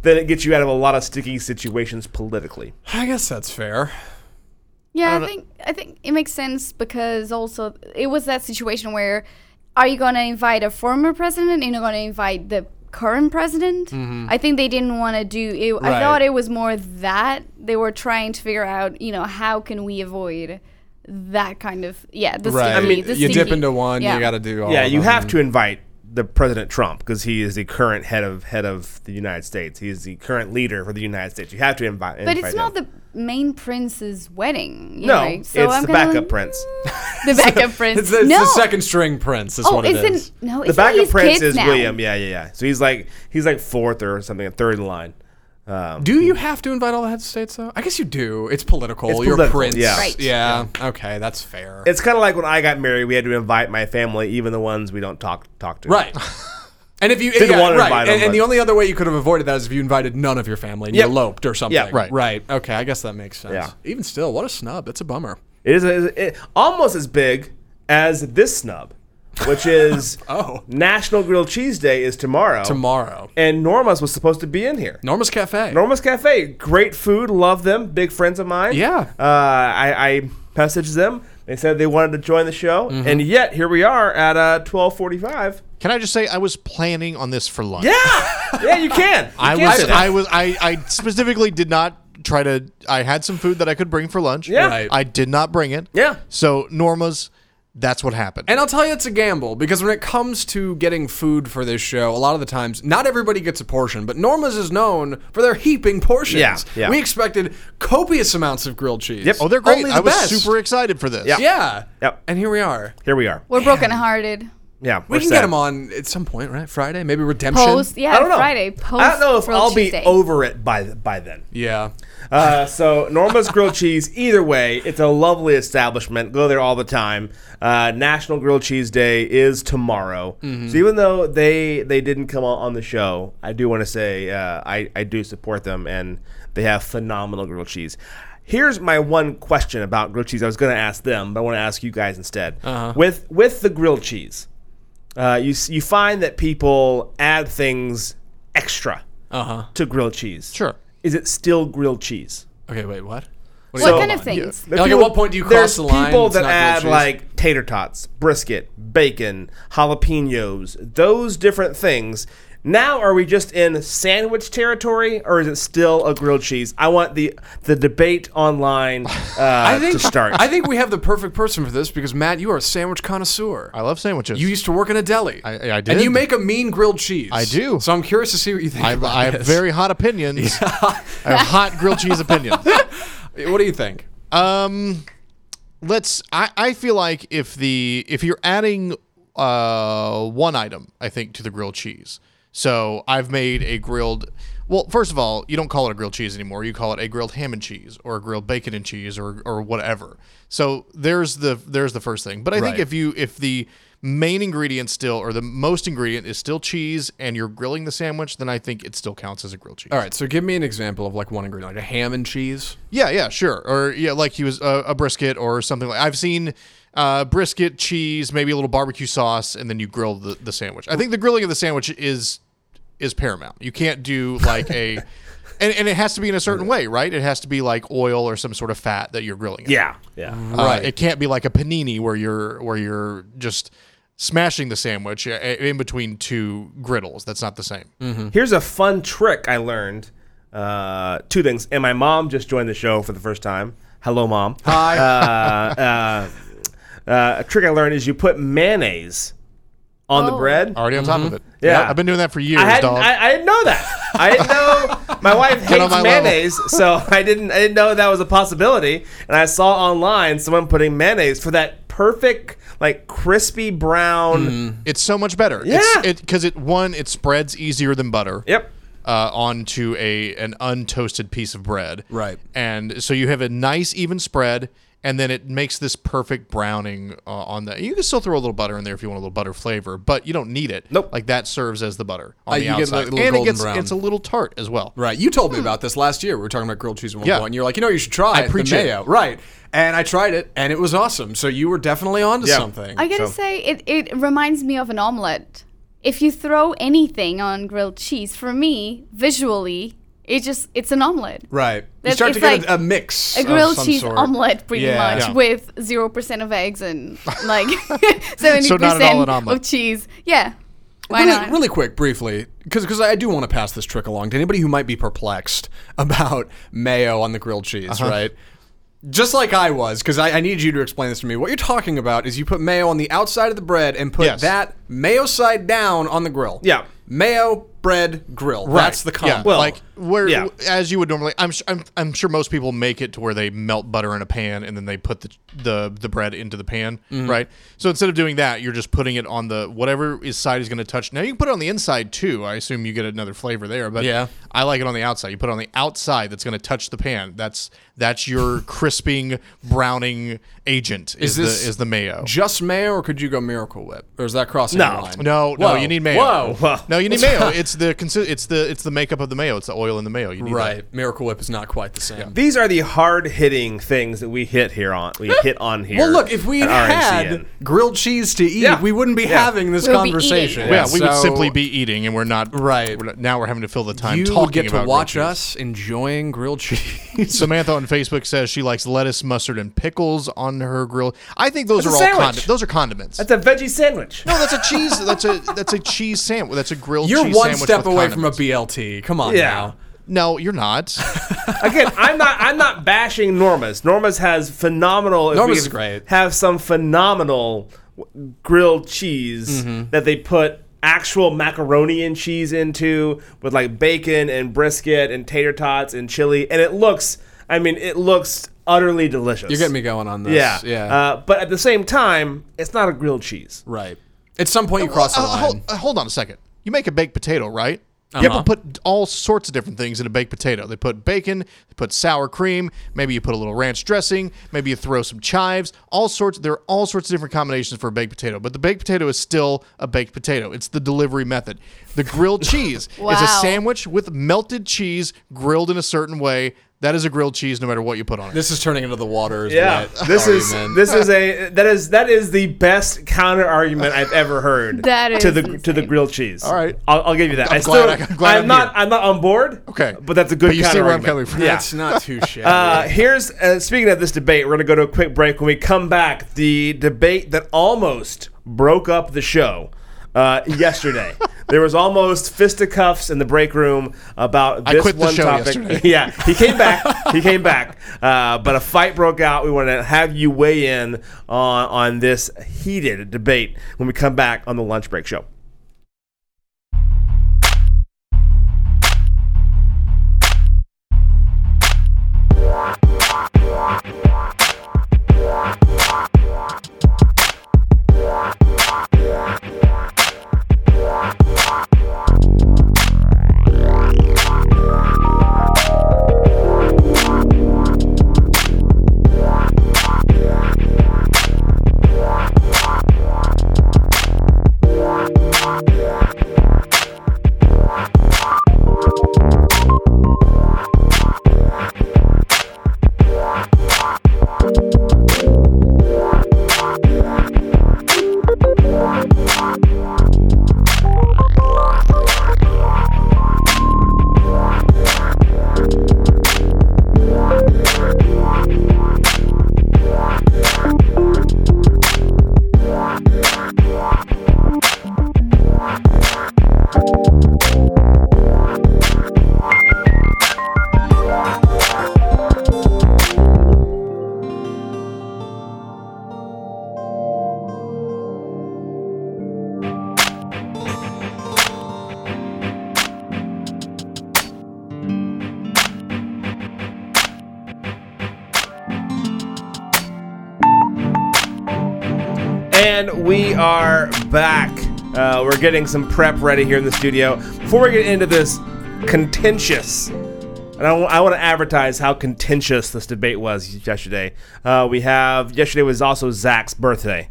Speaker 2: then it gets you out of a lot of sticky situations politically.
Speaker 4: I guess that's fair.
Speaker 6: Yeah, I, think I think it makes sense because also it was that situation where are you going to invite a former president? Are you going to invite the current president?
Speaker 2: Mm-hmm.
Speaker 6: I think they didn't want to do it.
Speaker 4: Right.
Speaker 6: I thought it was more that they were trying to figure out, you know, how can we avoid that kind of yeah, the
Speaker 4: Right.
Speaker 6: stinky,
Speaker 2: I mean,
Speaker 6: the
Speaker 4: you dip
Speaker 6: stinky-
Speaker 4: into one,
Speaker 6: yeah.
Speaker 4: you got to do all.
Speaker 2: yeah,
Speaker 4: of
Speaker 2: you
Speaker 4: them.
Speaker 2: have to invite the President Trump because he is the current head of head of the United States. He is the current leader for the United States. You have to invite.
Speaker 6: But it's not the main prince's wedding. You
Speaker 2: no,
Speaker 6: know? so
Speaker 2: it's
Speaker 6: I'm
Speaker 2: the
Speaker 6: kinda
Speaker 2: backup
Speaker 6: like, mm,
Speaker 2: prince.
Speaker 6: The backup prince.
Speaker 4: It's, the- it's
Speaker 6: no.
Speaker 4: the second string prince. Is
Speaker 6: oh,
Speaker 4: what it
Speaker 6: isn't
Speaker 4: is.
Speaker 6: no,
Speaker 2: The
Speaker 6: isn't
Speaker 2: backup
Speaker 6: these
Speaker 2: prince
Speaker 6: kids
Speaker 2: is
Speaker 6: now?
Speaker 2: William. Yeah, yeah, yeah. So he's like he's like fourth or something, third in line. Um,
Speaker 4: Do you have to invite all the heads of states though? I guess you do. It's political.
Speaker 2: It's
Speaker 4: You're
Speaker 2: political,
Speaker 4: prince.
Speaker 2: yeah.
Speaker 6: Right.
Speaker 4: Yeah. Okay, that's fair.
Speaker 2: it's kind of like when I got married, we had to invite my family, even the ones we don't talk talk to.
Speaker 4: right. And if you
Speaker 2: Didn't
Speaker 4: yeah,
Speaker 2: want to
Speaker 4: right.
Speaker 2: invite
Speaker 4: and,
Speaker 2: them,
Speaker 4: and the
Speaker 2: but-
Speaker 4: only other way you could have avoided that is if you invited none of your family and
Speaker 2: Yep.
Speaker 4: you eloped or something.
Speaker 2: Yeah.
Speaker 5: Right.
Speaker 4: Right. Okay, I guess that makes sense.
Speaker 2: Yeah.
Speaker 4: Even still, what a snub. That's a bummer.
Speaker 2: It is a, it, almost as big as this snub, which is
Speaker 4: Oh.
Speaker 2: National Grilled Cheese Day is tomorrow.
Speaker 4: Tomorrow.
Speaker 2: and Norma's was supposed to be in here.
Speaker 4: Norma's Cafe.
Speaker 2: Norma's Cafe, great food, love them, big friends of mine.
Speaker 4: Yeah.
Speaker 2: Uh, I, I messaged them. They said they wanted to join the show,
Speaker 4: Mm-hmm.
Speaker 2: and yet here we are at uh, twelve forty-five.
Speaker 5: Can I just say I was planning on this for lunch?
Speaker 2: Yeah, yeah, you can. You
Speaker 5: I
Speaker 2: can
Speaker 5: was,
Speaker 2: say that.
Speaker 5: I was, I, I specifically did not try to. I had some food that I could bring for lunch.
Speaker 2: Yeah.
Speaker 4: Right.
Speaker 5: I did not bring it.
Speaker 2: Yeah.
Speaker 5: So Norma's, that's what happened.
Speaker 4: And I'll tell you, it's a gamble because when it comes to getting food for this show, a lot of the times, not everybody gets a portion, but Norma's is known for their heaping portions.
Speaker 2: Yeah, yeah.
Speaker 4: We expected copious amounts of grilled cheese.
Speaker 2: Yep.
Speaker 5: oh, they're great.
Speaker 4: Only the
Speaker 5: I was
Speaker 4: best.
Speaker 5: super excited for this.
Speaker 2: Yeah.
Speaker 4: Yeah.
Speaker 2: Yep.
Speaker 4: And here we are.
Speaker 2: Here we are.
Speaker 6: We're brokenhearted.
Speaker 2: Yeah,
Speaker 4: We
Speaker 2: we're
Speaker 4: can
Speaker 2: set.
Speaker 4: get them on at some point, right? Friday, maybe redemption.
Speaker 6: Post yeah,
Speaker 2: I don't know.
Speaker 6: Friday. Post
Speaker 2: I don't know if
Speaker 6: Grilled
Speaker 2: I'll be
Speaker 6: Cheese Day.
Speaker 2: over it by by then.
Speaker 4: Yeah.
Speaker 2: Uh, so Norma's Grilled Cheese. Either way, it's a lovely establishment. Go there all the time. Uh, National Grilled Cheese Day is tomorrow. So even though they they didn't come on, on the show, I do want to say uh, I I do support them, and they have phenomenal grilled cheese. Here's my one question about grilled cheese. I was going to ask them, but I want to ask you guys instead. With with the grilled cheese, uh, you s- you find that people add things extra
Speaker 4: Uh-huh.
Speaker 2: to grilled cheese.
Speaker 5: Sure.
Speaker 2: Is it still grilled cheese?
Speaker 4: Okay, wait, what?
Speaker 6: What
Speaker 4: do you-
Speaker 6: kind
Speaker 4: hold
Speaker 6: of
Speaker 4: on.
Speaker 6: things?
Speaker 4: Like, at what point do you
Speaker 2: there's
Speaker 4: cross the line?
Speaker 2: People
Speaker 4: It's
Speaker 2: that
Speaker 4: not grilled
Speaker 2: add
Speaker 4: cheese?
Speaker 2: like tater tots, brisket, bacon, jalapenos, those different things. Now, are we just in sandwich territory, or is it still a grilled cheese? I want the the debate online uh,
Speaker 4: I think,
Speaker 2: to start.
Speaker 4: I think we have the perfect person for this because, Matt, you are a sandwich connoisseur.
Speaker 5: I love sandwiches.
Speaker 4: You used to work in a deli.
Speaker 5: I- I
Speaker 4: And
Speaker 5: did.
Speaker 4: you make a mean grilled cheese.
Speaker 5: I do.
Speaker 4: So I'm curious to see what you think.
Speaker 5: I,
Speaker 4: about
Speaker 5: I have
Speaker 4: this.
Speaker 5: very hot opinions. I have hot grilled cheese opinions.
Speaker 4: What do you think?
Speaker 5: Um, let's. I, I feel like if the if you're adding uh one item, I think to the grilled cheese. So I've made a grilled. Well, first of all, you don't call it a grilled cheese anymore. You call it a grilled ham and cheese, or a grilled bacon and cheese, or or whatever. So there's the there's the first thing. But I think
Speaker 4: Right.
Speaker 5: if you if the main ingredient still or the most ingredient is still cheese, and you're grilling the sandwich, then I think it still counts as a grilled cheese.
Speaker 4: All right, so give me an example of like one ingredient, like a ham and cheese.
Speaker 5: Yeah, yeah, sure. Or yeah, like he was uh, a brisket or something like. I've seen uh, brisket, cheese, maybe a little barbecue sauce, and then you grill the, the sandwich. I think the grilling of the sandwich is is paramount. You can't do like a, and, and it has to be in a certain way, right? It has to be like oil or some sort of fat that you're grilling. it.
Speaker 2: yeah, yeah.
Speaker 5: Uh, it can't be like a panini where you're where you're just smashing the sandwich uh, in between two griddles. That's not the same.
Speaker 4: Mm.
Speaker 2: Here's a fun trick I learned. Uh, two things. And my mom just joined the show for the first time. Hello, mom. Hi. Uh, uh, uh, a trick I learned is you put mayonnaise on the
Speaker 6: Oh.
Speaker 2: bread.
Speaker 5: Already on top of it.
Speaker 2: Mm-hmm. Yeah.
Speaker 5: I've been doing that for years,
Speaker 2: I hadn't,
Speaker 5: dog.
Speaker 2: I, I didn't know that. I didn't know my wife hates
Speaker 5: on my level.
Speaker 2: mayonnaise, so I didn't. I didn't know that was a possibility. And I saw online someone putting mayonnaise for that perfect, like crispy brown.
Speaker 5: It's so much better.
Speaker 2: Yeah.
Speaker 5: It's, it, Cause it, one, it spreads easier than butter.
Speaker 2: Yep.
Speaker 5: Uh, onto a an untoasted piece of bread.
Speaker 4: Right.
Speaker 5: And so you have a nice even spread and then it makes this perfect browning uh, on the. You can still throw a little butter in there if you want a little butter flavor, but you don't need it.
Speaker 2: Nope.
Speaker 5: Like that serves as the butter on
Speaker 4: Uh,
Speaker 5: the
Speaker 4: you get
Speaker 5: outside,
Speaker 4: like a little
Speaker 5: and
Speaker 4: golden
Speaker 5: it gets
Speaker 4: brown.
Speaker 5: it's a little tart as well.
Speaker 4: Right. You told me
Speaker 6: Hmm.
Speaker 4: about this last year. We were talking about grilled cheese at one
Speaker 5: Yeah.
Speaker 4: point, and you're like, you know, what you should try
Speaker 5: I
Speaker 4: it, the
Speaker 5: preach it.
Speaker 4: mayo. Right. And I tried it, and it was awesome. So you were definitely onto
Speaker 2: Yeah.
Speaker 4: something.
Speaker 6: I gotta
Speaker 2: So-
Speaker 6: say, it, it reminds me of an omelet. If you throw anything on grilled cheese, for me, visually, it just it's an omelet.
Speaker 4: right. You
Speaker 6: That-
Speaker 4: start to
Speaker 6: it's
Speaker 4: get
Speaker 6: like
Speaker 4: a, a mix.
Speaker 6: A
Speaker 4: of
Speaker 6: grilled
Speaker 4: some
Speaker 6: cheese
Speaker 4: sort.
Speaker 6: omelet, pretty
Speaker 4: Yeah.
Speaker 6: much,
Speaker 5: Yeah.
Speaker 6: with zero percent of eggs and like seventy
Speaker 5: not at all an
Speaker 6: percent
Speaker 5: omelet.
Speaker 6: of cheese. Yeah, why
Speaker 4: really,
Speaker 6: not?
Speaker 4: really quick, briefly, because I do want to pass this trick along to anybody who might be perplexed about mayo on the grilled cheese,
Speaker 5: Uh-huh.
Speaker 4: right? Just like I was, because I, I need you to explain this to me. What you're talking about is you put mayo on the outside of the bread and put
Speaker 5: Yes.
Speaker 4: that mayo side down on the grill.
Speaker 2: Yeah.
Speaker 4: Mayo, bread, grill. That's the combo.
Speaker 5: Yeah, like where
Speaker 2: yeah.
Speaker 5: as you would normally. I'm, su- I'm I'm sure most people make it to where they melt butter in a pan and then they put the the, the bread into the pan,
Speaker 4: Mm-hmm.
Speaker 5: right? So instead of doing that, you're just putting it on the whatever is side is going to touch. Now you can put it on the inside too. I assume you get another flavor there, but
Speaker 4: Yeah.
Speaker 5: I like it on the outside. You put it on the outside that's going to touch the pan. That's that's your crisping browning agent. Is,
Speaker 4: this-
Speaker 5: the, is the mayo?
Speaker 4: just mayo, or could you go Miracle Whip? Or is that crossing
Speaker 2: No.
Speaker 4: the line?
Speaker 5: No,
Speaker 4: Whoa.
Speaker 5: no, you need mayo.
Speaker 4: Whoa.
Speaker 2: Whoa.
Speaker 5: No, you need mayo. It's the consi- it's the it's the makeup of the mayo. It's the oil in the mayo. You need that.
Speaker 4: Right. Miracle Whip is not quite the same.
Speaker 2: These are the hard hitting things that we hit here on we hit on here.
Speaker 4: Well, look, if we
Speaker 2: at
Speaker 4: had had
Speaker 2: RNCN.
Speaker 4: grilled cheese to eat,
Speaker 2: Yeah.
Speaker 4: we wouldn't be
Speaker 2: Yeah.
Speaker 4: having this
Speaker 6: We would be
Speaker 4: conversation.
Speaker 6: eating.
Speaker 5: Yeah, we would
Speaker 4: So
Speaker 5: simply be eating, and we're not.
Speaker 4: Right.
Speaker 5: we're not- now we're having to fill the time
Speaker 4: You
Speaker 5: talking
Speaker 4: would get to
Speaker 5: about
Speaker 4: watch
Speaker 5: grilled cheese.
Speaker 4: us enjoying grilled cheese.
Speaker 5: Samantha on Facebook says she likes lettuce, mustard, and pickles on her grill. I think those
Speaker 2: That's a
Speaker 5: are all
Speaker 2: sandwich.
Speaker 5: condi- those are condiments.
Speaker 2: That's a veggie sandwich.
Speaker 5: no, that's a cheese. That's a that's a cheese sandwich. That's a grilled.
Speaker 4: You're
Speaker 5: cheese
Speaker 4: one
Speaker 5: sandwich
Speaker 4: step
Speaker 5: with
Speaker 4: away from a
Speaker 5: condiments.
Speaker 4: BLT. Come on
Speaker 2: Yeah.
Speaker 4: now.
Speaker 5: No, you're not.
Speaker 2: Again, I'm not I'm not bashing Norma's. Norma's has phenomenal. if
Speaker 4: Norma's
Speaker 2: we
Speaker 4: is great.
Speaker 2: Have some phenomenal w- grilled cheese
Speaker 4: Mm-hmm.
Speaker 2: that they put actual macaroni and cheese into with like bacon and brisket and tater tots and chili, and it looks. I mean, it looks utterly delicious.
Speaker 4: You're getting me going on this.
Speaker 2: Yeah,
Speaker 4: Yeah.
Speaker 2: Uh, but at the same time, it's not a grilled cheese.
Speaker 4: right. At some point, you cross the
Speaker 5: Uh,
Speaker 4: line.
Speaker 5: hold, uh, hold on a second. You make a baked potato, right?
Speaker 2: Uh-huh.
Speaker 5: People put all sorts of different things in a baked potato. They put bacon, they put sour cream, maybe you put a little ranch dressing, maybe you throw some chives, all sorts. There are all sorts of different combinations for a baked potato, but the baked potato is still a baked potato. It's the delivery method. The grilled cheese is a
Speaker 6: Wow.
Speaker 5: sandwich with melted cheese grilled in a certain way. That is a grilled cheese no matter what you put on it.
Speaker 4: This is turning into the water. Is
Speaker 2: Yeah,
Speaker 4: wet
Speaker 2: this is
Speaker 4: argument.
Speaker 2: this is a that is that is the best counter argument I've ever heard
Speaker 6: That
Speaker 2: to
Speaker 6: is
Speaker 2: the to the grilled cheese. All
Speaker 5: right.
Speaker 2: I'll, I'll give you that.
Speaker 5: I'm
Speaker 2: I
Speaker 5: glad
Speaker 2: still,
Speaker 5: I- I'm glad I'm
Speaker 2: not
Speaker 5: here.
Speaker 2: I'm not on board.
Speaker 5: Okay.
Speaker 2: but that's a good.
Speaker 5: But you see where I'm
Speaker 2: counterargument.
Speaker 5: coming from.
Speaker 2: Yeah.
Speaker 4: That's not too shabby.
Speaker 2: Uh, here's uh, speaking of this debate, we're gonna go to a quick break. When we come back, the debate that almost broke up the show uh, yesterday. there was almost fisticuffs in the break room about this
Speaker 5: quit the
Speaker 2: one
Speaker 5: show
Speaker 2: topic.
Speaker 5: yesterday.
Speaker 2: yeah, he came back. He came back, uh, but a fight broke out. We want to have you weigh in on on this heated debate when we come back on the lunch break show. And we are back. Uh, we're getting some prep ready here in the studio. Before we get into this contentious And I want to advertise how contentious this debate was yesterday. Uh, we have yesterday was also Zach's birthday,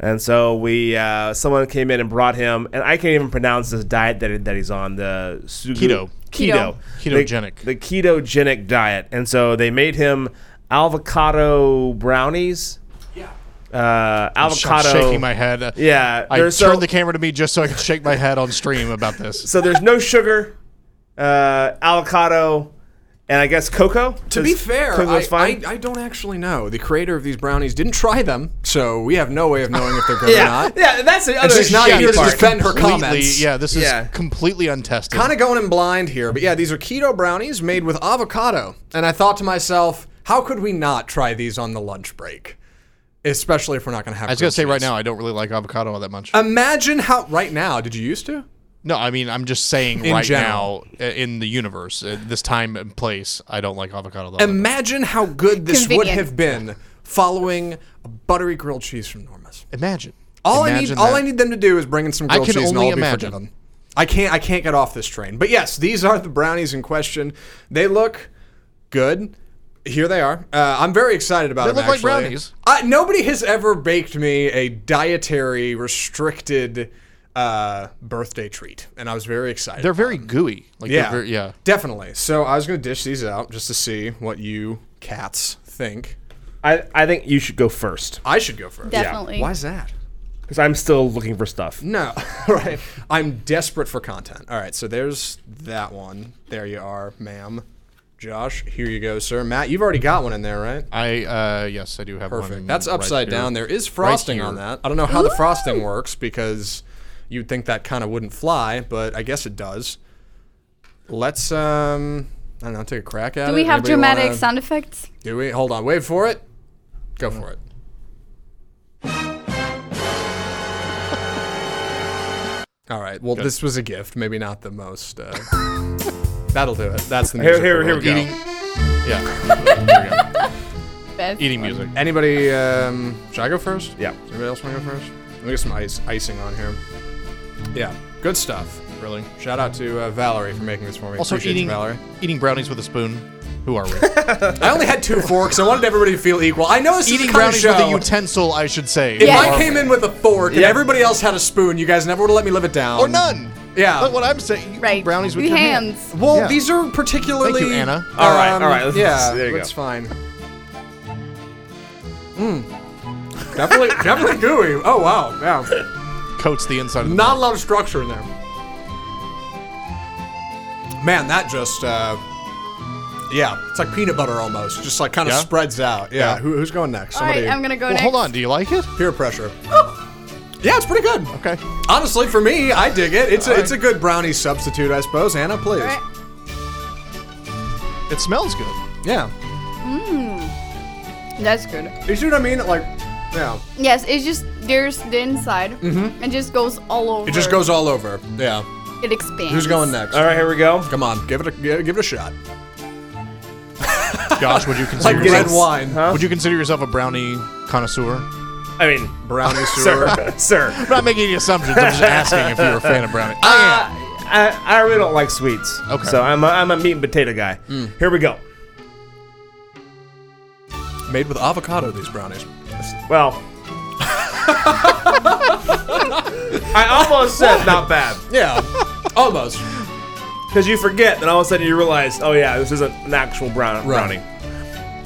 Speaker 2: and so we uh, someone came in and brought him, and I can't even pronounce this diet that that he's on the sugu-
Speaker 5: Keto.
Speaker 2: keto,
Speaker 5: Ketogenic.
Speaker 2: the, the ketogenic diet, and so they made him avocado brownies. Yeah, uh, avocado.
Speaker 5: shaking my head.
Speaker 2: Yeah,
Speaker 5: I turned
Speaker 2: there's so-
Speaker 5: the camera to me just so I could shake my head on stream about this.
Speaker 2: So there's no sugar, uh, avocado, and I guess cocoa.
Speaker 4: To be fair, I,
Speaker 2: cocoa's fine.
Speaker 4: I, I don't actually know. The creator of these brownies didn't try them, so we have no way of knowing if they're good or
Speaker 2: yeah,
Speaker 4: not.
Speaker 2: yeah, that's the other.
Speaker 4: she's not
Speaker 2: shitty
Speaker 4: here to
Speaker 2: part.
Speaker 4: just defend her
Speaker 5: Completely-
Speaker 4: comments.
Speaker 5: Yeah, this is
Speaker 2: Yeah.
Speaker 5: completely untested.
Speaker 4: Kind of going in blind here, but yeah, these are keto brownies made with avocado. And I thought to myself, how could we not try these on the lunch break? Especially if we're not going to have.
Speaker 5: I was gonna say right now, I don't really like avocado all that much.
Speaker 4: Uh, Imagine how right now. Did you used to?
Speaker 5: no, I mean I'm just saying
Speaker 4: In
Speaker 5: right
Speaker 4: general.
Speaker 5: now uh, in the universe, uh, this time and place, I don't like avocado. That much.
Speaker 4: Imagine how good this would
Speaker 6: Convenient.
Speaker 4: have been following a buttery grilled cheese from Norma's.
Speaker 5: Imagine.
Speaker 4: All I need,
Speaker 5: Imagine
Speaker 4: all
Speaker 5: that.
Speaker 4: I need them to do is bring in some
Speaker 5: I
Speaker 4: grilled
Speaker 5: can
Speaker 4: cheese, and
Speaker 5: only
Speaker 4: I'll be
Speaker 5: imagine.
Speaker 4: forgiven. I can't, I can't get off this train. But yes, these are the brownies in question. They look good. Here they are. Uh, I'm very excited about
Speaker 5: They
Speaker 4: them.
Speaker 5: look like
Speaker 4: actually.
Speaker 5: brownies.
Speaker 4: I, nobody has ever baked me a dietary restricted uh, birthday treat, and I was very excited.
Speaker 5: They're very gooey. Like they're
Speaker 4: Yeah.
Speaker 5: very- yeah.
Speaker 4: Definitely. So I was going to dish these out just to see what you cats think.
Speaker 2: I, I think you should go first
Speaker 4: I should go first.
Speaker 6: Definitely.
Speaker 4: Why is that?
Speaker 2: because I'm still looking for stuff.
Speaker 4: No. right. I'm desperate for content. All right. So there's that one. There you are, ma'am. Josh, here you go, sir. Matt, you've already got one in there, right?
Speaker 5: I uh yes, I do have
Speaker 4: Perfect.
Speaker 5: one.
Speaker 4: That's
Speaker 5: right
Speaker 4: upside
Speaker 5: here.
Speaker 4: down. There is frosting
Speaker 5: here.
Speaker 4: on that. I don't know how the frosting works because you'd think that kind of wouldn't fly, but I guess it does. Let's um I don't know, take a crack at it.
Speaker 6: Do we have
Speaker 4: Anybody
Speaker 6: dramatic
Speaker 4: wanna-
Speaker 6: sound effects?
Speaker 4: Do we? Hold on. Wait for it. Go for it. All right. Well, this was a gift. Maybe not the most. Uh, that'll do it. That's the
Speaker 2: Here,
Speaker 4: music.
Speaker 2: here,
Speaker 4: we're
Speaker 2: here we
Speaker 4: looking
Speaker 2: go.
Speaker 4: for.
Speaker 5: Yeah. There we go.
Speaker 6: Beth?
Speaker 5: Eating music.
Speaker 4: Anybody? Um, should I go first?
Speaker 2: Yeah.
Speaker 4: Anybody else want to go first? Let me get some ice icing on here. Yeah. Good stuff.
Speaker 5: Really.
Speaker 4: Shout out to uh, Valerie for making this for me.
Speaker 5: Also
Speaker 4: Appreciate
Speaker 5: eating
Speaker 4: you, Valerie.
Speaker 5: eating brownies with a spoon. Who are we?
Speaker 4: I only had two forks. I wanted everybody to feel equal. I know this
Speaker 5: eating
Speaker 4: is the kind
Speaker 5: brownies
Speaker 4: of
Speaker 5: with
Speaker 4: show.
Speaker 5: a utensil, I should say.
Speaker 4: If
Speaker 6: Yeah.
Speaker 4: I came in with a fork and everybody else had a spoon, you guys never would have let me live it down.
Speaker 5: or none.
Speaker 4: Yeah.
Speaker 5: That's what I'm saying. You eat
Speaker 6: Right.
Speaker 5: Brownies with
Speaker 6: Your
Speaker 5: your
Speaker 6: hands.
Speaker 5: hand.
Speaker 4: Well,
Speaker 5: Yeah.
Speaker 4: these are particularly. um,
Speaker 5: Thank you, Anna.
Speaker 2: All right, all right, let's-
Speaker 4: yeah,
Speaker 2: there you go.
Speaker 4: that's fine. Mm. definitely, definitely gooey. Oh wow, yeah.
Speaker 5: Coats the inside of the
Speaker 4: Not a lot of structure in there. Man, that just. Uh, yeah, it's like peanut butter almost. Just like kind of
Speaker 5: Yeah?
Speaker 4: spreads out. Yeah.
Speaker 5: Yeah.
Speaker 4: Who, who's going next?
Speaker 6: All right,
Speaker 4: Somebody.
Speaker 6: I'm gonna go
Speaker 5: Well,
Speaker 6: next.
Speaker 5: hold on. Do you like it?
Speaker 4: Peer pressure. Yeah, it's pretty good.
Speaker 5: Okay.
Speaker 4: Honestly, for me, I dig it. It's a, it's a good brownie substitute, I suppose. Anna, please.
Speaker 6: All right.
Speaker 5: It smells good.
Speaker 4: Yeah.
Speaker 6: That's good.
Speaker 4: You see what I mean? Like, yeah.
Speaker 6: Yes, it's just there's the inside.
Speaker 5: Mm-hmm.
Speaker 6: It just goes all over.
Speaker 4: It just goes all over. Yeah.
Speaker 6: It expands.
Speaker 4: Who's going next?
Speaker 2: All right, here we go.
Speaker 4: Come on, give it a give give it a shot.
Speaker 5: Gosh, would you
Speaker 4: Like
Speaker 5: consider
Speaker 4: red
Speaker 5: yourself,
Speaker 4: wine,
Speaker 2: Huh?
Speaker 5: Would you consider yourself a brownie connoisseur?
Speaker 2: I mean,
Speaker 4: brownie sewer.
Speaker 2: sir, sir,
Speaker 5: I'm not making any assumptions. I'm just asking if you're a fan of brownie.
Speaker 2: uh, I, I really don't like sweets.
Speaker 5: Okay.
Speaker 2: So I'm a, I'm a meat and potato guy. Here we go.
Speaker 4: Made with avocado. These brownies.
Speaker 2: Well, I almost said not bad.
Speaker 4: Yeah, almost.
Speaker 2: Because you forget, then all of a sudden you realize, oh yeah, this isn't an actual brown-
Speaker 4: Right.
Speaker 2: brownie.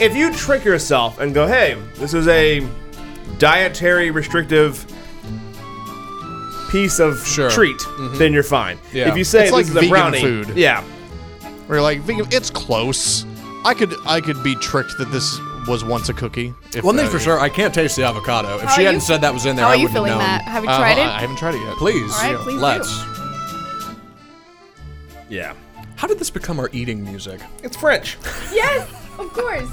Speaker 2: If you trick yourself and go, hey, this is a dietary restrictive piece of
Speaker 4: Sure. Mm-hmm.
Speaker 2: treat, then you're fine.
Speaker 4: Yeah.
Speaker 2: If you say
Speaker 5: It's
Speaker 2: this
Speaker 5: like
Speaker 2: is a
Speaker 5: vegan
Speaker 2: brownie,
Speaker 5: food.
Speaker 2: yeah,
Speaker 5: Where you're like, "Vegan- it's close. I could I could be tricked that this was once a cookie. If,
Speaker 4: One thing
Speaker 5: uh,
Speaker 4: for sure, I can't taste the avocado. If
Speaker 6: How
Speaker 4: she
Speaker 6: are
Speaker 4: hadn't
Speaker 6: you-
Speaker 4: said that was in there,
Speaker 6: How
Speaker 4: I
Speaker 6: are you
Speaker 4: wouldn't have
Speaker 6: feeling,
Speaker 4: known. Uh-huh.
Speaker 6: Matt? Have you
Speaker 5: uh,
Speaker 6: tried
Speaker 5: I,
Speaker 6: it?
Speaker 5: I haven't tried it yet.
Speaker 4: Please,
Speaker 6: All right, please do.
Speaker 4: let's.
Speaker 2: yeah,
Speaker 4: How did this become our eating music?
Speaker 2: it's French.
Speaker 4: Uh,
Speaker 6: Yes, of course.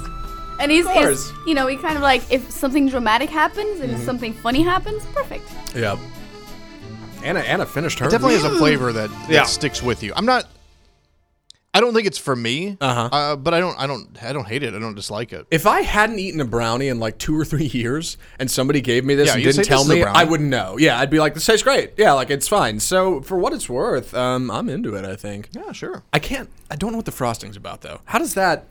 Speaker 6: And he's,
Speaker 4: course. Mm-hmm.
Speaker 6: he's, you know, he kind of like if something dramatic happens and if something funny happens, perfect.
Speaker 4: Yeah. Anna, Anna finished her.
Speaker 5: It definitely has a flavor that, that
Speaker 2: Yeah.
Speaker 5: sticks with you. I'm not. I don't think it's for me.
Speaker 4: Uh-huh.
Speaker 5: Uh, But I don't. I don't. I don't hate it. I don't dislike it.
Speaker 4: If I hadn't eaten a brownie in like two or three years and somebody gave me this
Speaker 5: Yeah,
Speaker 4: and
Speaker 5: you'd say
Speaker 4: didn't tell
Speaker 5: this is a
Speaker 4: me,
Speaker 5: brownie.
Speaker 4: I wouldn't know. Yeah, I'd be like, this tastes great. Yeah, like it's fine. So for what it's worth, um, I'm into it, I think.
Speaker 5: yeah, sure.
Speaker 4: I can't, I don't know what the frosting's about though. How does that,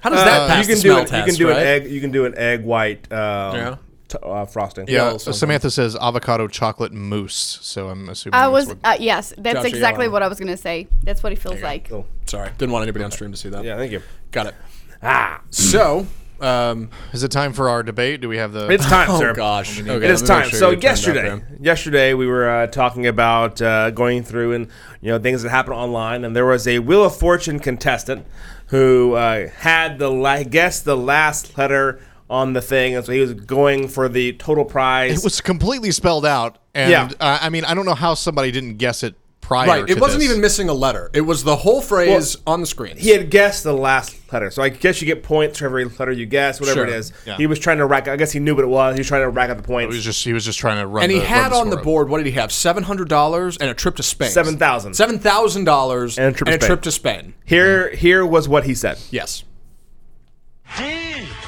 Speaker 4: how does that pass
Speaker 2: Uh, you can
Speaker 4: the
Speaker 2: do
Speaker 4: smell
Speaker 2: it.
Speaker 4: test,
Speaker 2: you can do
Speaker 4: right?
Speaker 2: an egg. You can do an egg white. Um,
Speaker 4: Yeah.
Speaker 2: t- uh, frosting.
Speaker 5: Yeah.
Speaker 4: something.
Speaker 5: Samantha says avocado chocolate mousse. So I'm assuming.
Speaker 6: I
Speaker 5: that's
Speaker 6: was
Speaker 5: what-
Speaker 6: uh, yes, that's
Speaker 4: Josh, you got
Speaker 6: exactly
Speaker 4: one.
Speaker 6: what I was gonna say. That's what it feels like.
Speaker 2: Cool.
Speaker 4: Sorry, didn't want anybody on stream to see that.
Speaker 2: Yeah. Thank you.
Speaker 4: Got it.
Speaker 2: Ah,
Speaker 4: So, um,
Speaker 5: Is it time for our debate? Do we have the?
Speaker 2: it's time,
Speaker 4: oh
Speaker 2: sir.
Speaker 4: gosh. Okay,
Speaker 2: it is
Speaker 4: let me make
Speaker 2: time.
Speaker 4: sure
Speaker 2: so
Speaker 4: you're turned up
Speaker 2: yesterday,
Speaker 4: there.
Speaker 2: yesterday we were uh, talking about uh, going through and you know things that happen online, and there was a Wheel of Fortune contestant who uh, had the la- I guess the last letter on the thing, and so he was going for the total prize.
Speaker 5: It was completely spelled out, and
Speaker 2: Yeah.
Speaker 5: uh, I mean, I don't know how somebody didn't guess it prior.
Speaker 4: Right, it
Speaker 5: to
Speaker 4: wasn't
Speaker 5: this.
Speaker 4: even missing a letter. It was the whole phrase on the screen.
Speaker 2: he had guessed the last letter, so I guess you get points for every letter you guess, whatever
Speaker 4: Sure.
Speaker 2: it is.
Speaker 5: Yeah.
Speaker 2: He was trying to rack. I guess he knew what it was. He was trying to rack up the
Speaker 5: He
Speaker 2: points.
Speaker 5: was just he was just trying to run.
Speaker 4: and he
Speaker 5: the- run
Speaker 4: had on
Speaker 5: score
Speaker 4: the
Speaker 5: up.
Speaker 4: board. What did he have? Seven hundred dollars and a trip to Spain.
Speaker 2: $7,000.
Speaker 4: Seven thousand dollars
Speaker 2: And a trip to Spain.
Speaker 4: to Spain.
Speaker 2: Here, here was what he said.
Speaker 4: Yes.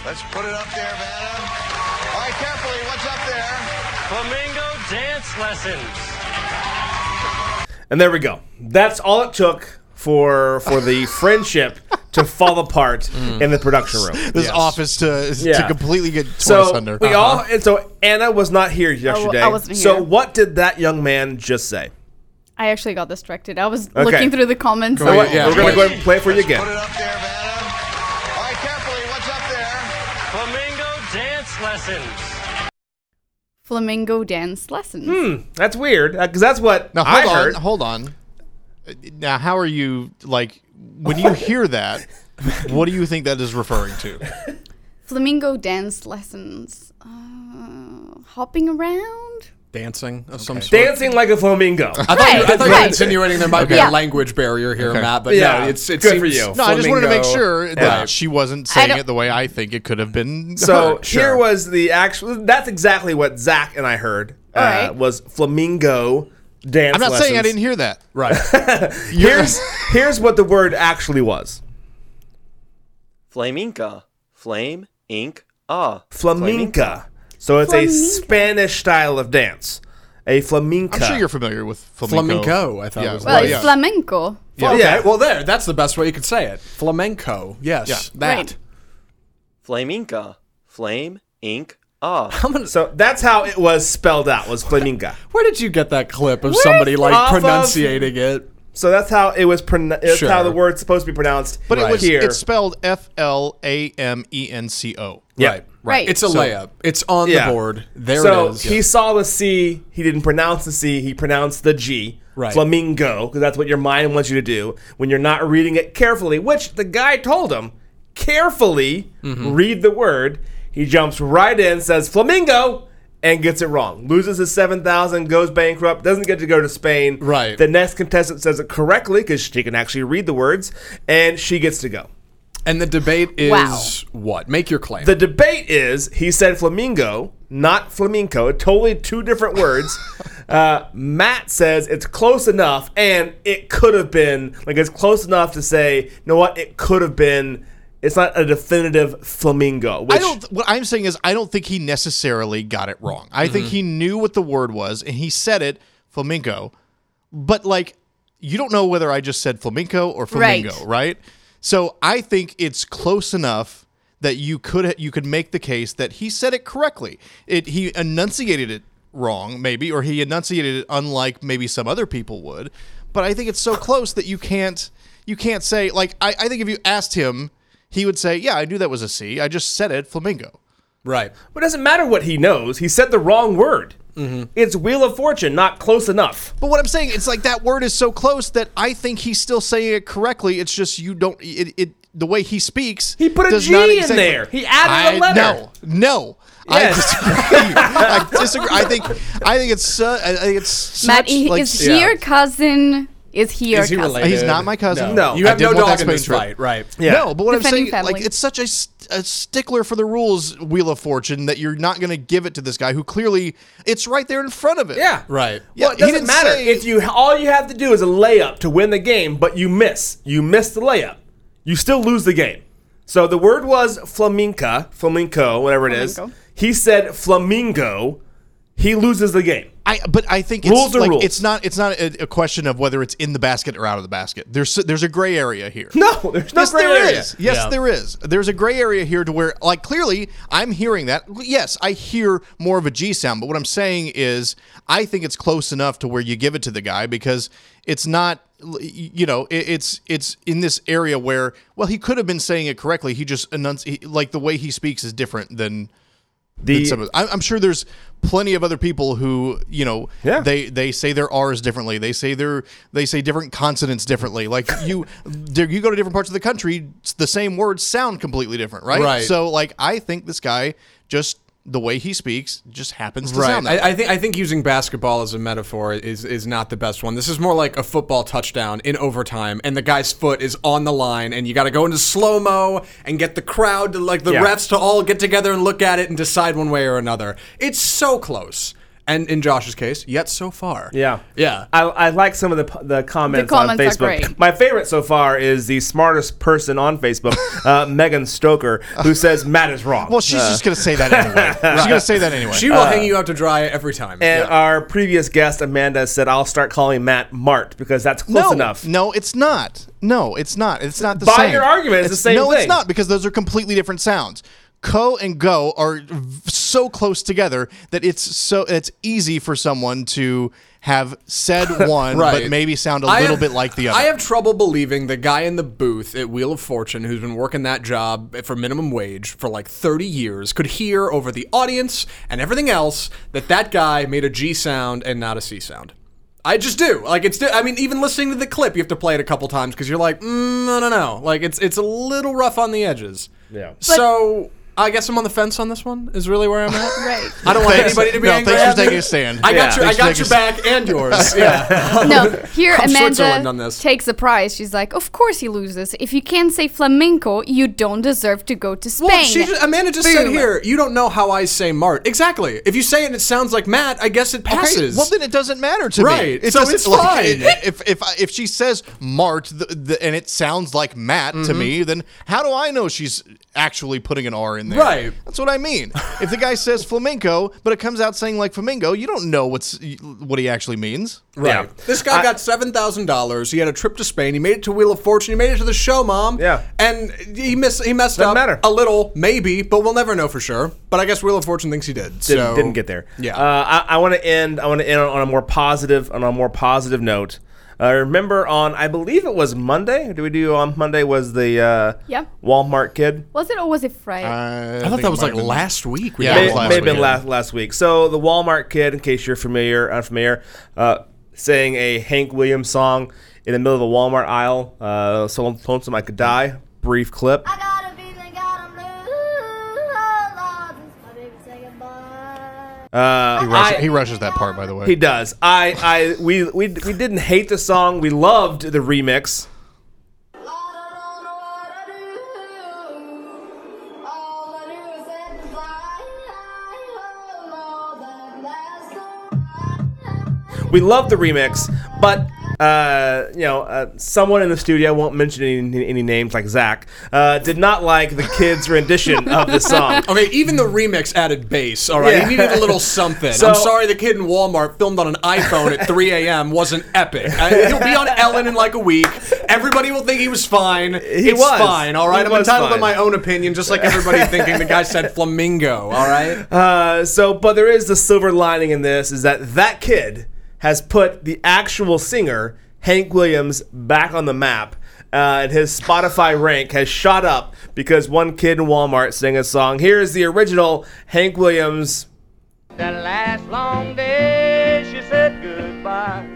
Speaker 1: Let's put it up there, Vanna. All right, carefully. What's up there?
Speaker 8: Flamingo dance lessons.
Speaker 2: And there we go. That's all it took for for the friendship to fall apart
Speaker 5: Mm.
Speaker 2: in the production room.
Speaker 5: This office to
Speaker 2: Yeah.
Speaker 5: to completely get torn
Speaker 2: So
Speaker 5: asunder.
Speaker 4: Uh-huh.
Speaker 2: we all
Speaker 5: Uh-huh.
Speaker 2: and so Anna was not here yesterday.
Speaker 6: wasn't
Speaker 2: So
Speaker 6: here.
Speaker 2: what did that young man just say?
Speaker 6: I actually got distracted. I was looking through the
Speaker 5: Oh,
Speaker 6: comments.
Speaker 4: Go
Speaker 6: and-
Speaker 4: ahead, yeah.
Speaker 2: We're gonna go ahead and play it for you
Speaker 1: Put it
Speaker 2: again.
Speaker 1: up there, Vanna. All right, carefully. What's up there?
Speaker 8: Flamingo dance lessons.
Speaker 6: Flamingo dance lessons.
Speaker 4: Hmm.
Speaker 2: That's weird because that's what
Speaker 5: Now
Speaker 2: I
Speaker 5: hold on,
Speaker 2: heard.
Speaker 5: hold on. Uh, Now, how are you like when you hear that? What do you think that is referring to?
Speaker 6: Flamingo dance lessons. Uh, hopping around.
Speaker 4: Dancing of some sort.
Speaker 2: Dancing like a flamingo.
Speaker 4: I thought, you, I
Speaker 6: Right,
Speaker 4: thought you were
Speaker 6: right.
Speaker 4: insinuating there might be
Speaker 6: Yeah.
Speaker 4: a language barrier here, Matt. But
Speaker 2: Yeah,
Speaker 4: no, it's, it's
Speaker 2: good for you.
Speaker 5: No, I just wanted to make sure that
Speaker 4: Right.
Speaker 5: she wasn't
Speaker 6: I
Speaker 5: saying
Speaker 6: don't-
Speaker 5: it the way I think it could have been.
Speaker 2: So
Speaker 5: heard.
Speaker 2: here was the actual. That's exactly what Zach and I heard. uh,
Speaker 6: All right.
Speaker 2: Was flamingo dance?
Speaker 5: I'm not saying I
Speaker 2: lessons.
Speaker 5: didn't hear that.
Speaker 4: Right.
Speaker 2: Here's here's what the word actually was.
Speaker 9: Flame Inca. Flame Inc. Ah.
Speaker 2: flamenca. So it's a Spanish style of dance. A flamenca.
Speaker 5: I'm sure you're familiar with flamenco.
Speaker 4: Flamenco, I thought.
Speaker 5: Yeah,
Speaker 4: was
Speaker 6: Well,
Speaker 5: Well,
Speaker 6: it's
Speaker 5: yeah.
Speaker 6: flamenco.
Speaker 4: Okay,
Speaker 2: Yeah.
Speaker 4: Well, there. That's the best way you could say it. Flamenco. Yes.
Speaker 5: Yeah.
Speaker 4: That.
Speaker 6: Right.
Speaker 9: Flame Inca. Flame Inc. Ah.
Speaker 4: I'm gonna,
Speaker 2: So that's how it was spelled out was flamenca.
Speaker 4: where did you get that clip of somebody like
Speaker 2: off of-
Speaker 4: pronunciating it?
Speaker 2: So that's how it was. Pron- that's
Speaker 4: Sure.
Speaker 2: how the word's supposed to be pronounced.
Speaker 5: But it was
Speaker 2: here.
Speaker 5: it's spelled F L A M E N C O.
Speaker 2: Yeah.
Speaker 4: Right.
Speaker 6: Right.
Speaker 4: It's a
Speaker 5: So-
Speaker 4: layup. It's on
Speaker 2: Yeah.
Speaker 4: the board. There
Speaker 2: so
Speaker 4: it is.
Speaker 2: he saw the C. He didn't pronounce the C. He pronounced the G.
Speaker 4: Right.
Speaker 2: Flamingo, because that's what your mind wants you to do when you're not reading it carefully. Which the guy told him, carefully
Speaker 4: Mm-hmm.
Speaker 2: read the word. He jumps right in, says flamingo, and gets it wrong. Loses his seven thousand, goes bankrupt, doesn't get to go to Spain.
Speaker 4: Right.
Speaker 2: The next contestant says it correctly because she can actually read the words, and she gets to go.
Speaker 4: And the debate is
Speaker 6: Wow.
Speaker 4: what? Make your claim.
Speaker 2: The debate is he said flamingo, not flamenco. Totally two different words. uh, Matt says it's close enough, and it could have been like it's close enough to say, you know what? It could have been. It's not a definitive flamingo. Which,
Speaker 5: I don't. What I'm saying is, I don't think he necessarily got it wrong. I think
Speaker 2: Mm-hmm.
Speaker 5: he knew what the word was and he said it flamenco, but like you don't know whether I just said flamenco or flamingo, right?
Speaker 6: Right.
Speaker 5: So I think it's close enough that you could you could make the case that he said it correctly. It he enunciated it wrong, maybe, or he enunciated it unlike maybe some other people would. But I think it's so close that you can't you can't say like I, I think if you asked him, he would say, Yeah, I knew that was a C. I just said it flamingo.
Speaker 4: right.
Speaker 2: But it doesn't matter what he knows. He said the wrong word.
Speaker 5: Mm-hmm.
Speaker 2: It's Wheel of Fortune, not close enough.
Speaker 5: But what I'm saying, it's like that word is so close that I think he's still saying it correctly. It's just you don't it, it the way he speaks.
Speaker 2: He put a
Speaker 5: does
Speaker 2: G
Speaker 5: not
Speaker 2: in
Speaker 5: exactly-
Speaker 2: there. He added a
Speaker 5: I-
Speaker 2: letter.
Speaker 5: No, no.
Speaker 2: Yes.
Speaker 5: I disagree. I disagree. I think I think it's uh, I think it's
Speaker 6: Matt
Speaker 5: such,
Speaker 6: i-
Speaker 5: like,
Speaker 6: is your cousin Is he your
Speaker 4: Is he
Speaker 6: cousin?
Speaker 4: related?
Speaker 5: He's not my cousin.
Speaker 4: No, you
Speaker 5: I
Speaker 4: have
Speaker 5: did
Speaker 4: no
Speaker 5: want that
Speaker 4: dog in
Speaker 5: explained
Speaker 4: this
Speaker 5: to her.
Speaker 4: fight, right?
Speaker 2: Yeah.
Speaker 5: No, but what I'm
Speaker 6: Defending
Speaker 5: saying,
Speaker 6: family.
Speaker 5: like, it's such a, st- a stickler for the rules, Wheel of Fortune, that you're not going to give it to this guy who clearly it's right there in front of it.
Speaker 2: Yeah. Well,
Speaker 4: Right.
Speaker 2: it
Speaker 5: Yeah, he
Speaker 2: doesn't
Speaker 5: didn't
Speaker 2: matter
Speaker 5: say-
Speaker 2: if you all you have to do is a layup to win the game, but you miss. You miss the layup. You still lose the game. So the word was flamenca, flamenco, whatever it is.
Speaker 6: Flamenco.
Speaker 2: He said flamingo. He loses the game.
Speaker 5: I, but I think it's
Speaker 2: Rules are
Speaker 5: like
Speaker 2: rules.
Speaker 5: it's not it's not a, a question of whether it's in the basket or out of the basket. There's there's a gray area here.
Speaker 2: No, there's no
Speaker 5: yes,
Speaker 2: gray
Speaker 5: there is.
Speaker 2: area.
Speaker 5: Yes,
Speaker 4: Yeah.
Speaker 5: there is. There's a gray area here to where, like, clearly I'm hearing that. Yes, I hear more of a G sound, but what I'm saying is I think it's close enough to where you give it to the guy because it's not, you know, it, it's it's in this area where, well, he could have been saying it correctly. He just enunciates, like, the way he speaks is different than than some of- I- I'm sure there's plenty of other people who you know
Speaker 2: Yeah.
Speaker 5: they they say their R's differently. They say their they say different consonants differently. Like you, there, you go to different parts of the country, s- the same words sound completely different, right?
Speaker 4: Right.
Speaker 5: So like I think this guy just the way he speaks just happens to
Speaker 4: Right.
Speaker 5: sound that. way.
Speaker 4: I, I think I think using basketball as a metaphor is is not the best one. This is more like a football touchdown in overtime, and the guy's foot is on the line, and you got to go into slow mo and get the crowd, to, like the
Speaker 2: Yeah.
Speaker 4: refs, to all get together and look at it and decide one way or another. It's so close, and in Josh's case, yet so far.
Speaker 2: Yeah,
Speaker 4: Yeah.
Speaker 2: I, I like some of the p- the comments,
Speaker 6: The comments
Speaker 2: on
Speaker 6: are
Speaker 2: Facebook.
Speaker 6: great.
Speaker 2: My favorite so far is the smartest person on Facebook, uh, Megan Stoker, who says Matt is wrong.
Speaker 5: Uh-huh. well, she's just gonna say that anyway. She's gonna say that anyway.
Speaker 4: She will hang you out to dry every time.
Speaker 2: and
Speaker 4: Yeah.
Speaker 2: our previous guest Amanda said I'll start calling Matt Mart because that's close
Speaker 5: no,
Speaker 2: enough.
Speaker 5: No, it's not. No, it's not. It's not the
Speaker 2: By
Speaker 5: same.
Speaker 2: your argument, it's the same
Speaker 5: No,
Speaker 2: thing.
Speaker 5: it's not because those are completely different sounds. Co and go are v- so close together that it's so it's easy for someone to have said one
Speaker 4: Right.
Speaker 5: but maybe sound a
Speaker 4: I
Speaker 5: little
Speaker 4: have-
Speaker 5: bit like the other.
Speaker 4: I have trouble believing the guy in the booth at Wheel of Fortune who's been working that job for minimum wage for like 30 years could hear over the audience and everything else that that guy made a G sound and not a C sound. I just do. Like it's I mean even listening to the clip you have to play it a couple times cuz you're like, mm, I don't know. Like it's it's a little rough on the edges.
Speaker 2: Yeah.
Speaker 4: so I guess I'm on the fence on this one. Is really where I'm at.
Speaker 6: Right.
Speaker 4: I don't want
Speaker 5: Thanks.
Speaker 4: anybody to be
Speaker 5: No,
Speaker 4: angry.
Speaker 5: thanks for
Speaker 4: at me.
Speaker 5: taking a stand.
Speaker 2: Yeah.
Speaker 4: I got your, I
Speaker 5: Thanks for
Speaker 4: got
Speaker 5: taking
Speaker 4: your
Speaker 5: a
Speaker 4: back and yours. Yeah.
Speaker 6: No, here
Speaker 4: From Switzerland
Speaker 6: Amanda
Speaker 4: on this.
Speaker 6: takes the prize. She's like, "Of course he loses. If you can't say flamenco, you don't deserve to go to Spain."
Speaker 4: Well, she just, Amanda just said
Speaker 6: Boom.
Speaker 4: here, you don't know how I say Mart. Exactly. If you say it and it sounds like Matt, I guess it
Speaker 5: Okay,
Speaker 4: passes.
Speaker 5: well, then it doesn't matter to me.
Speaker 4: Right,
Speaker 5: It
Speaker 4: so
Speaker 5: doesn't-
Speaker 4: it's
Speaker 5: like,
Speaker 4: fine.
Speaker 5: it- if if I- if she says Mart the, the, and it sounds like Matt
Speaker 4: Mm-hmm.
Speaker 5: to me, then how do I know she's actually putting an R in there?
Speaker 4: Right.
Speaker 5: That's what I mean. if the guy says flamenco, but it comes out saying like flamingo, you don't know what's what he actually means.
Speaker 2: Yeah.
Speaker 4: right. This guy got $7,000. He had a trip to Spain. He made it to Wheel of Fortune. He made it to the show, Mom.
Speaker 2: Yeah.
Speaker 4: And he, miss, he messed
Speaker 2: Doesn't
Speaker 4: up
Speaker 2: matter.
Speaker 4: a little, maybe, but we'll never know for sure. But I guess Wheel of Fortune thinks he did.
Speaker 2: didn't,
Speaker 4: so
Speaker 2: didn't get there.
Speaker 4: Yeah.
Speaker 2: Uh, I, I want to end. I want to end on, on a more positive on a more positive note. Uh, remember on I believe it was Monday. Did we do on Monday? Was the uh,
Speaker 6: Yeah.
Speaker 2: Walmart kid?
Speaker 6: was it or was it Friday?
Speaker 5: I,
Speaker 4: I thought that was like last week. We
Speaker 5: Yeah,
Speaker 4: had
Speaker 5: it
Speaker 2: May,
Speaker 5: was
Speaker 4: one.
Speaker 5: last
Speaker 2: may have been
Speaker 5: week.
Speaker 2: last, last week. So the Walmart kid, in case you're familiar, unfamiliar, uh, sang a Hank Williams song in the middle of the Walmart aisle. Uh, "Someone told him I could die." Brief clip.
Speaker 10: I got a feeling God I'm blue. Oh, Lord, this my baby saying bye.
Speaker 2: Uh,
Speaker 5: He, rushes, he rushes that part, by the way.
Speaker 2: He does. I, I, we, we, we didn't hate the song. We loved the remix.
Speaker 10: Lord, I don't know what I do. All I do is say goodbye. Oh, Lord, that last goodbye.
Speaker 2: We love the remix, but uh, you know, uh, someone in the studio I won't mention any, any names, like Zach, uh, did not like the kids' rendition of the song.
Speaker 4: Okay, even the remix added bass. All right,
Speaker 2: Yeah.
Speaker 4: he needed a little something.
Speaker 2: So-
Speaker 4: I'm sorry, the kid in Walmart filmed on an iPhone at 3 a.m. wasn't epic. I, he'll be on Ellen in like a week. Everybody will think he was fine. it's
Speaker 2: was.
Speaker 4: fine. All
Speaker 2: He
Speaker 4: right, I'm
Speaker 2: was
Speaker 4: entitled
Speaker 2: fine.
Speaker 4: to my own opinion, just like everybody thinking the guy said flamingo. All right,
Speaker 2: Uh, so, but there is the silver lining in this is that that kid has put the actual singer Hank Williams back on the map. Uh, and his Spotify rank has shot up because one kid in Walmart sang a song. Here is the original Hank Williams
Speaker 8: That last long day she said goodbye.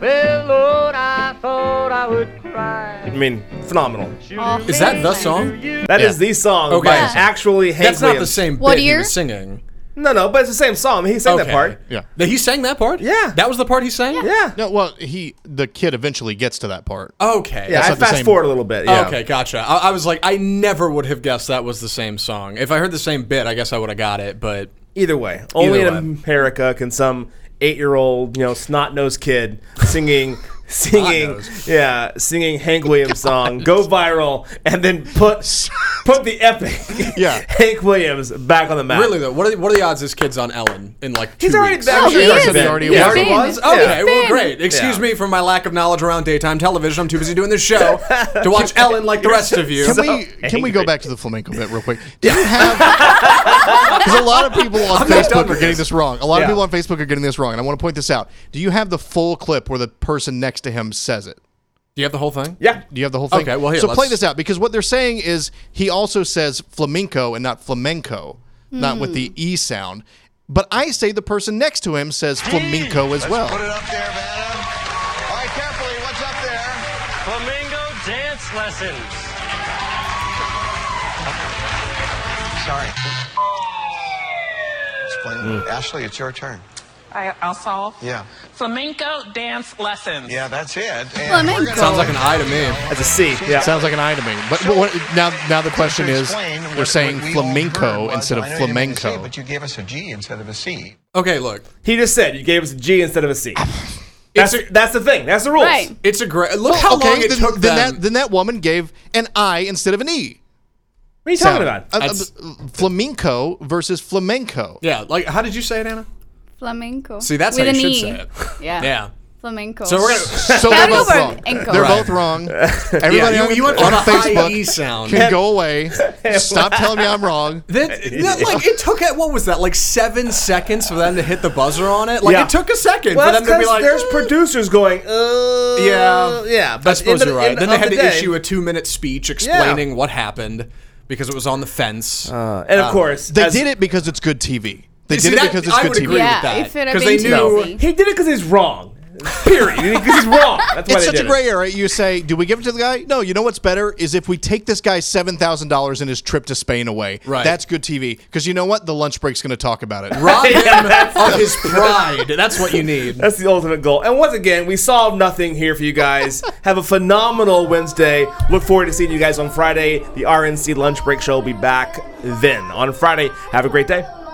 Speaker 8: Well, Lord, I thought I would
Speaker 2: I
Speaker 8: cry.
Speaker 2: mean, phenomenal.
Speaker 4: is that the song?
Speaker 2: That is
Speaker 5: Yeah.
Speaker 2: the song
Speaker 4: Okay.
Speaker 2: by
Speaker 4: Yeah.
Speaker 2: actually Hank
Speaker 4: That's not the
Speaker 2: Williams.
Speaker 4: same
Speaker 6: What
Speaker 4: bit he
Speaker 6: year?
Speaker 4: was singing.
Speaker 2: No, no, but it's the same song. He sang that
Speaker 4: Okay.
Speaker 2: part.
Speaker 5: Yeah.
Speaker 4: That he sang that part?
Speaker 2: Yeah.
Speaker 4: That was the part he sang?
Speaker 2: Yeah.
Speaker 5: No, well, he the kid eventually gets to that part.
Speaker 4: Okay.
Speaker 2: Yeah,
Speaker 5: That's
Speaker 2: I
Speaker 5: not the
Speaker 2: fast
Speaker 5: same-
Speaker 2: forward a little bit. Yeah.
Speaker 4: Oh, Okay, gotcha. I, I was like, I never would have guessed that was the same song. If I heard the same bit, I guess I would have got it. But
Speaker 2: Either way, only
Speaker 4: Either
Speaker 2: in America can some eight-year-old, you know, snot-nosed kid singing, singing, yeah, singing Hank Williams song go viral and then put put the epic,
Speaker 5: Yeah.
Speaker 2: Hank Williams back on the map.
Speaker 4: really though, what are the, what are the odds this kid's on Ellen in like two
Speaker 2: he's already
Speaker 4: weeks?
Speaker 2: back.
Speaker 5: he is. He already was.
Speaker 4: Already was? Oh,
Speaker 2: Yeah.
Speaker 4: Okay, well, great. Excuse
Speaker 2: Yeah.
Speaker 4: me for my lack of knowledge around daytime television. I'm too busy doing this show to watch Ellen like the rest of you.
Speaker 5: Can we can we go back to the flamenco bit real quick? Do you have? Because a lot of people on
Speaker 4: not done
Speaker 5: Facebook
Speaker 4: with
Speaker 5: are getting this wrong. A lot
Speaker 2: Yeah.
Speaker 5: of people on Facebook are getting this wrong, and I want to point this out. Do you have the full clip where the person next to him says it?
Speaker 4: Do you have the whole thing?
Speaker 2: Yeah.
Speaker 5: Do you have the whole thing?
Speaker 4: Okay, well, here,
Speaker 5: so play
Speaker 4: let's-
Speaker 5: this out because what they're saying is he also says flamenco and not flamenco, not with
Speaker 1: Hmm.
Speaker 5: the e sound. But I say the person next to him says flamenco as well.
Speaker 1: Put it up there, Vanna. All right, carefully, what's up there?
Speaker 8: Flamingo dance lessons.
Speaker 1: Sorry. Explain.
Speaker 5: Mm.
Speaker 1: Ashley, it's your turn.
Speaker 11: I, I'll solve.
Speaker 1: Yeah.
Speaker 11: Flamenco dance lessons.
Speaker 1: Yeah, that's it. And
Speaker 6: Flamingo.
Speaker 1: we're gonna-
Speaker 4: Sounds like an eye to me.
Speaker 2: That's a C. Yeah.
Speaker 5: Sounds like an eye to me. But, but what, now, now the question is,
Speaker 1: Explain
Speaker 5: they're
Speaker 1: what-
Speaker 5: saying
Speaker 1: what we all
Speaker 5: flamenco
Speaker 1: heard was-
Speaker 5: instead of
Speaker 1: I know you didn't mean to say it,
Speaker 5: flamenco.
Speaker 1: but you gave us a G instead of a C.
Speaker 4: Okay, look.
Speaker 2: He just said you gave us a G instead of a C. That's, that's the thing. That's the rules.
Speaker 6: Right.
Speaker 4: It's a great. Look how long it
Speaker 5: then,
Speaker 4: took
Speaker 5: then
Speaker 4: them.
Speaker 5: that then that woman gave an I instead of an E.
Speaker 2: What are you
Speaker 5: sound.
Speaker 2: talking about?
Speaker 5: Uh, uh,
Speaker 4: That's-
Speaker 5: flamenco versus flamenco.
Speaker 4: yeah, like how did you say it, Anna?
Speaker 6: Flamenco.
Speaker 4: See, that's
Speaker 6: With
Speaker 4: how you
Speaker 6: an
Speaker 4: should
Speaker 6: e.
Speaker 4: say it.
Speaker 6: Yeah.
Speaker 4: Yeah.
Speaker 6: Flamenco.
Speaker 4: So we're gonna.
Speaker 5: So they're both
Speaker 6: Hangover
Speaker 5: wrong.
Speaker 6: and
Speaker 5: They're
Speaker 6: Coke.
Speaker 5: both wrong. Everybody
Speaker 4: you-
Speaker 5: on,
Speaker 4: you went
Speaker 5: on
Speaker 4: on a high
Speaker 5: Facebook
Speaker 4: E sound.
Speaker 5: can go away. Stop telling me I'm wrong.
Speaker 4: That, that, like it took at what was that like seven seconds for them to hit the buzzer on it? Like
Speaker 2: Yeah.
Speaker 4: it took a second
Speaker 2: Well,
Speaker 4: for
Speaker 2: that's
Speaker 4: them to be
Speaker 2: 'cause
Speaker 4: like,
Speaker 2: there's
Speaker 4: "Eh."
Speaker 2: producers going, uh,
Speaker 4: yeah,
Speaker 2: yeah.
Speaker 4: I
Speaker 2: But
Speaker 4: suppose
Speaker 2: in the-
Speaker 4: you're right.
Speaker 2: in the-
Speaker 4: Then they
Speaker 2: of
Speaker 4: had
Speaker 2: the
Speaker 4: to
Speaker 2: day-
Speaker 4: issue a two minute speech explaining what happened because it was on the fence.
Speaker 2: Uh, and
Speaker 4: um,
Speaker 2: of course,
Speaker 5: They
Speaker 2: as-
Speaker 5: did it because it's good TV. They
Speaker 4: See,
Speaker 5: did it
Speaker 4: that-
Speaker 5: because it's
Speaker 4: I
Speaker 5: good
Speaker 4: would agree
Speaker 5: TV.
Speaker 4: with
Speaker 6: Yeah,
Speaker 4: that
Speaker 6: if it had
Speaker 4: because they
Speaker 6: been
Speaker 4: knew.
Speaker 6: easy.
Speaker 2: He did it because he's wrong. Period. Because he's wrong. That's why
Speaker 5: It's
Speaker 2: they
Speaker 5: such a
Speaker 2: did
Speaker 5: gray
Speaker 2: it.
Speaker 5: area. You say, do we give it to the guy? No. You know what's better is if we take this guy seven thousand dollars and his trip to Spain away.
Speaker 4: Right.
Speaker 5: That's good TV because you know what? The lunch break's going to talk about it.
Speaker 4: Rob him of his pride. That's what you need.
Speaker 2: That's the ultimate goal. And once again, we solved nothing here for you guys. Have a phenomenal Wednesday. Look forward to seeing you guys on Friday. The RNC Lunch Break Show will be back then on Friday. Have a great day.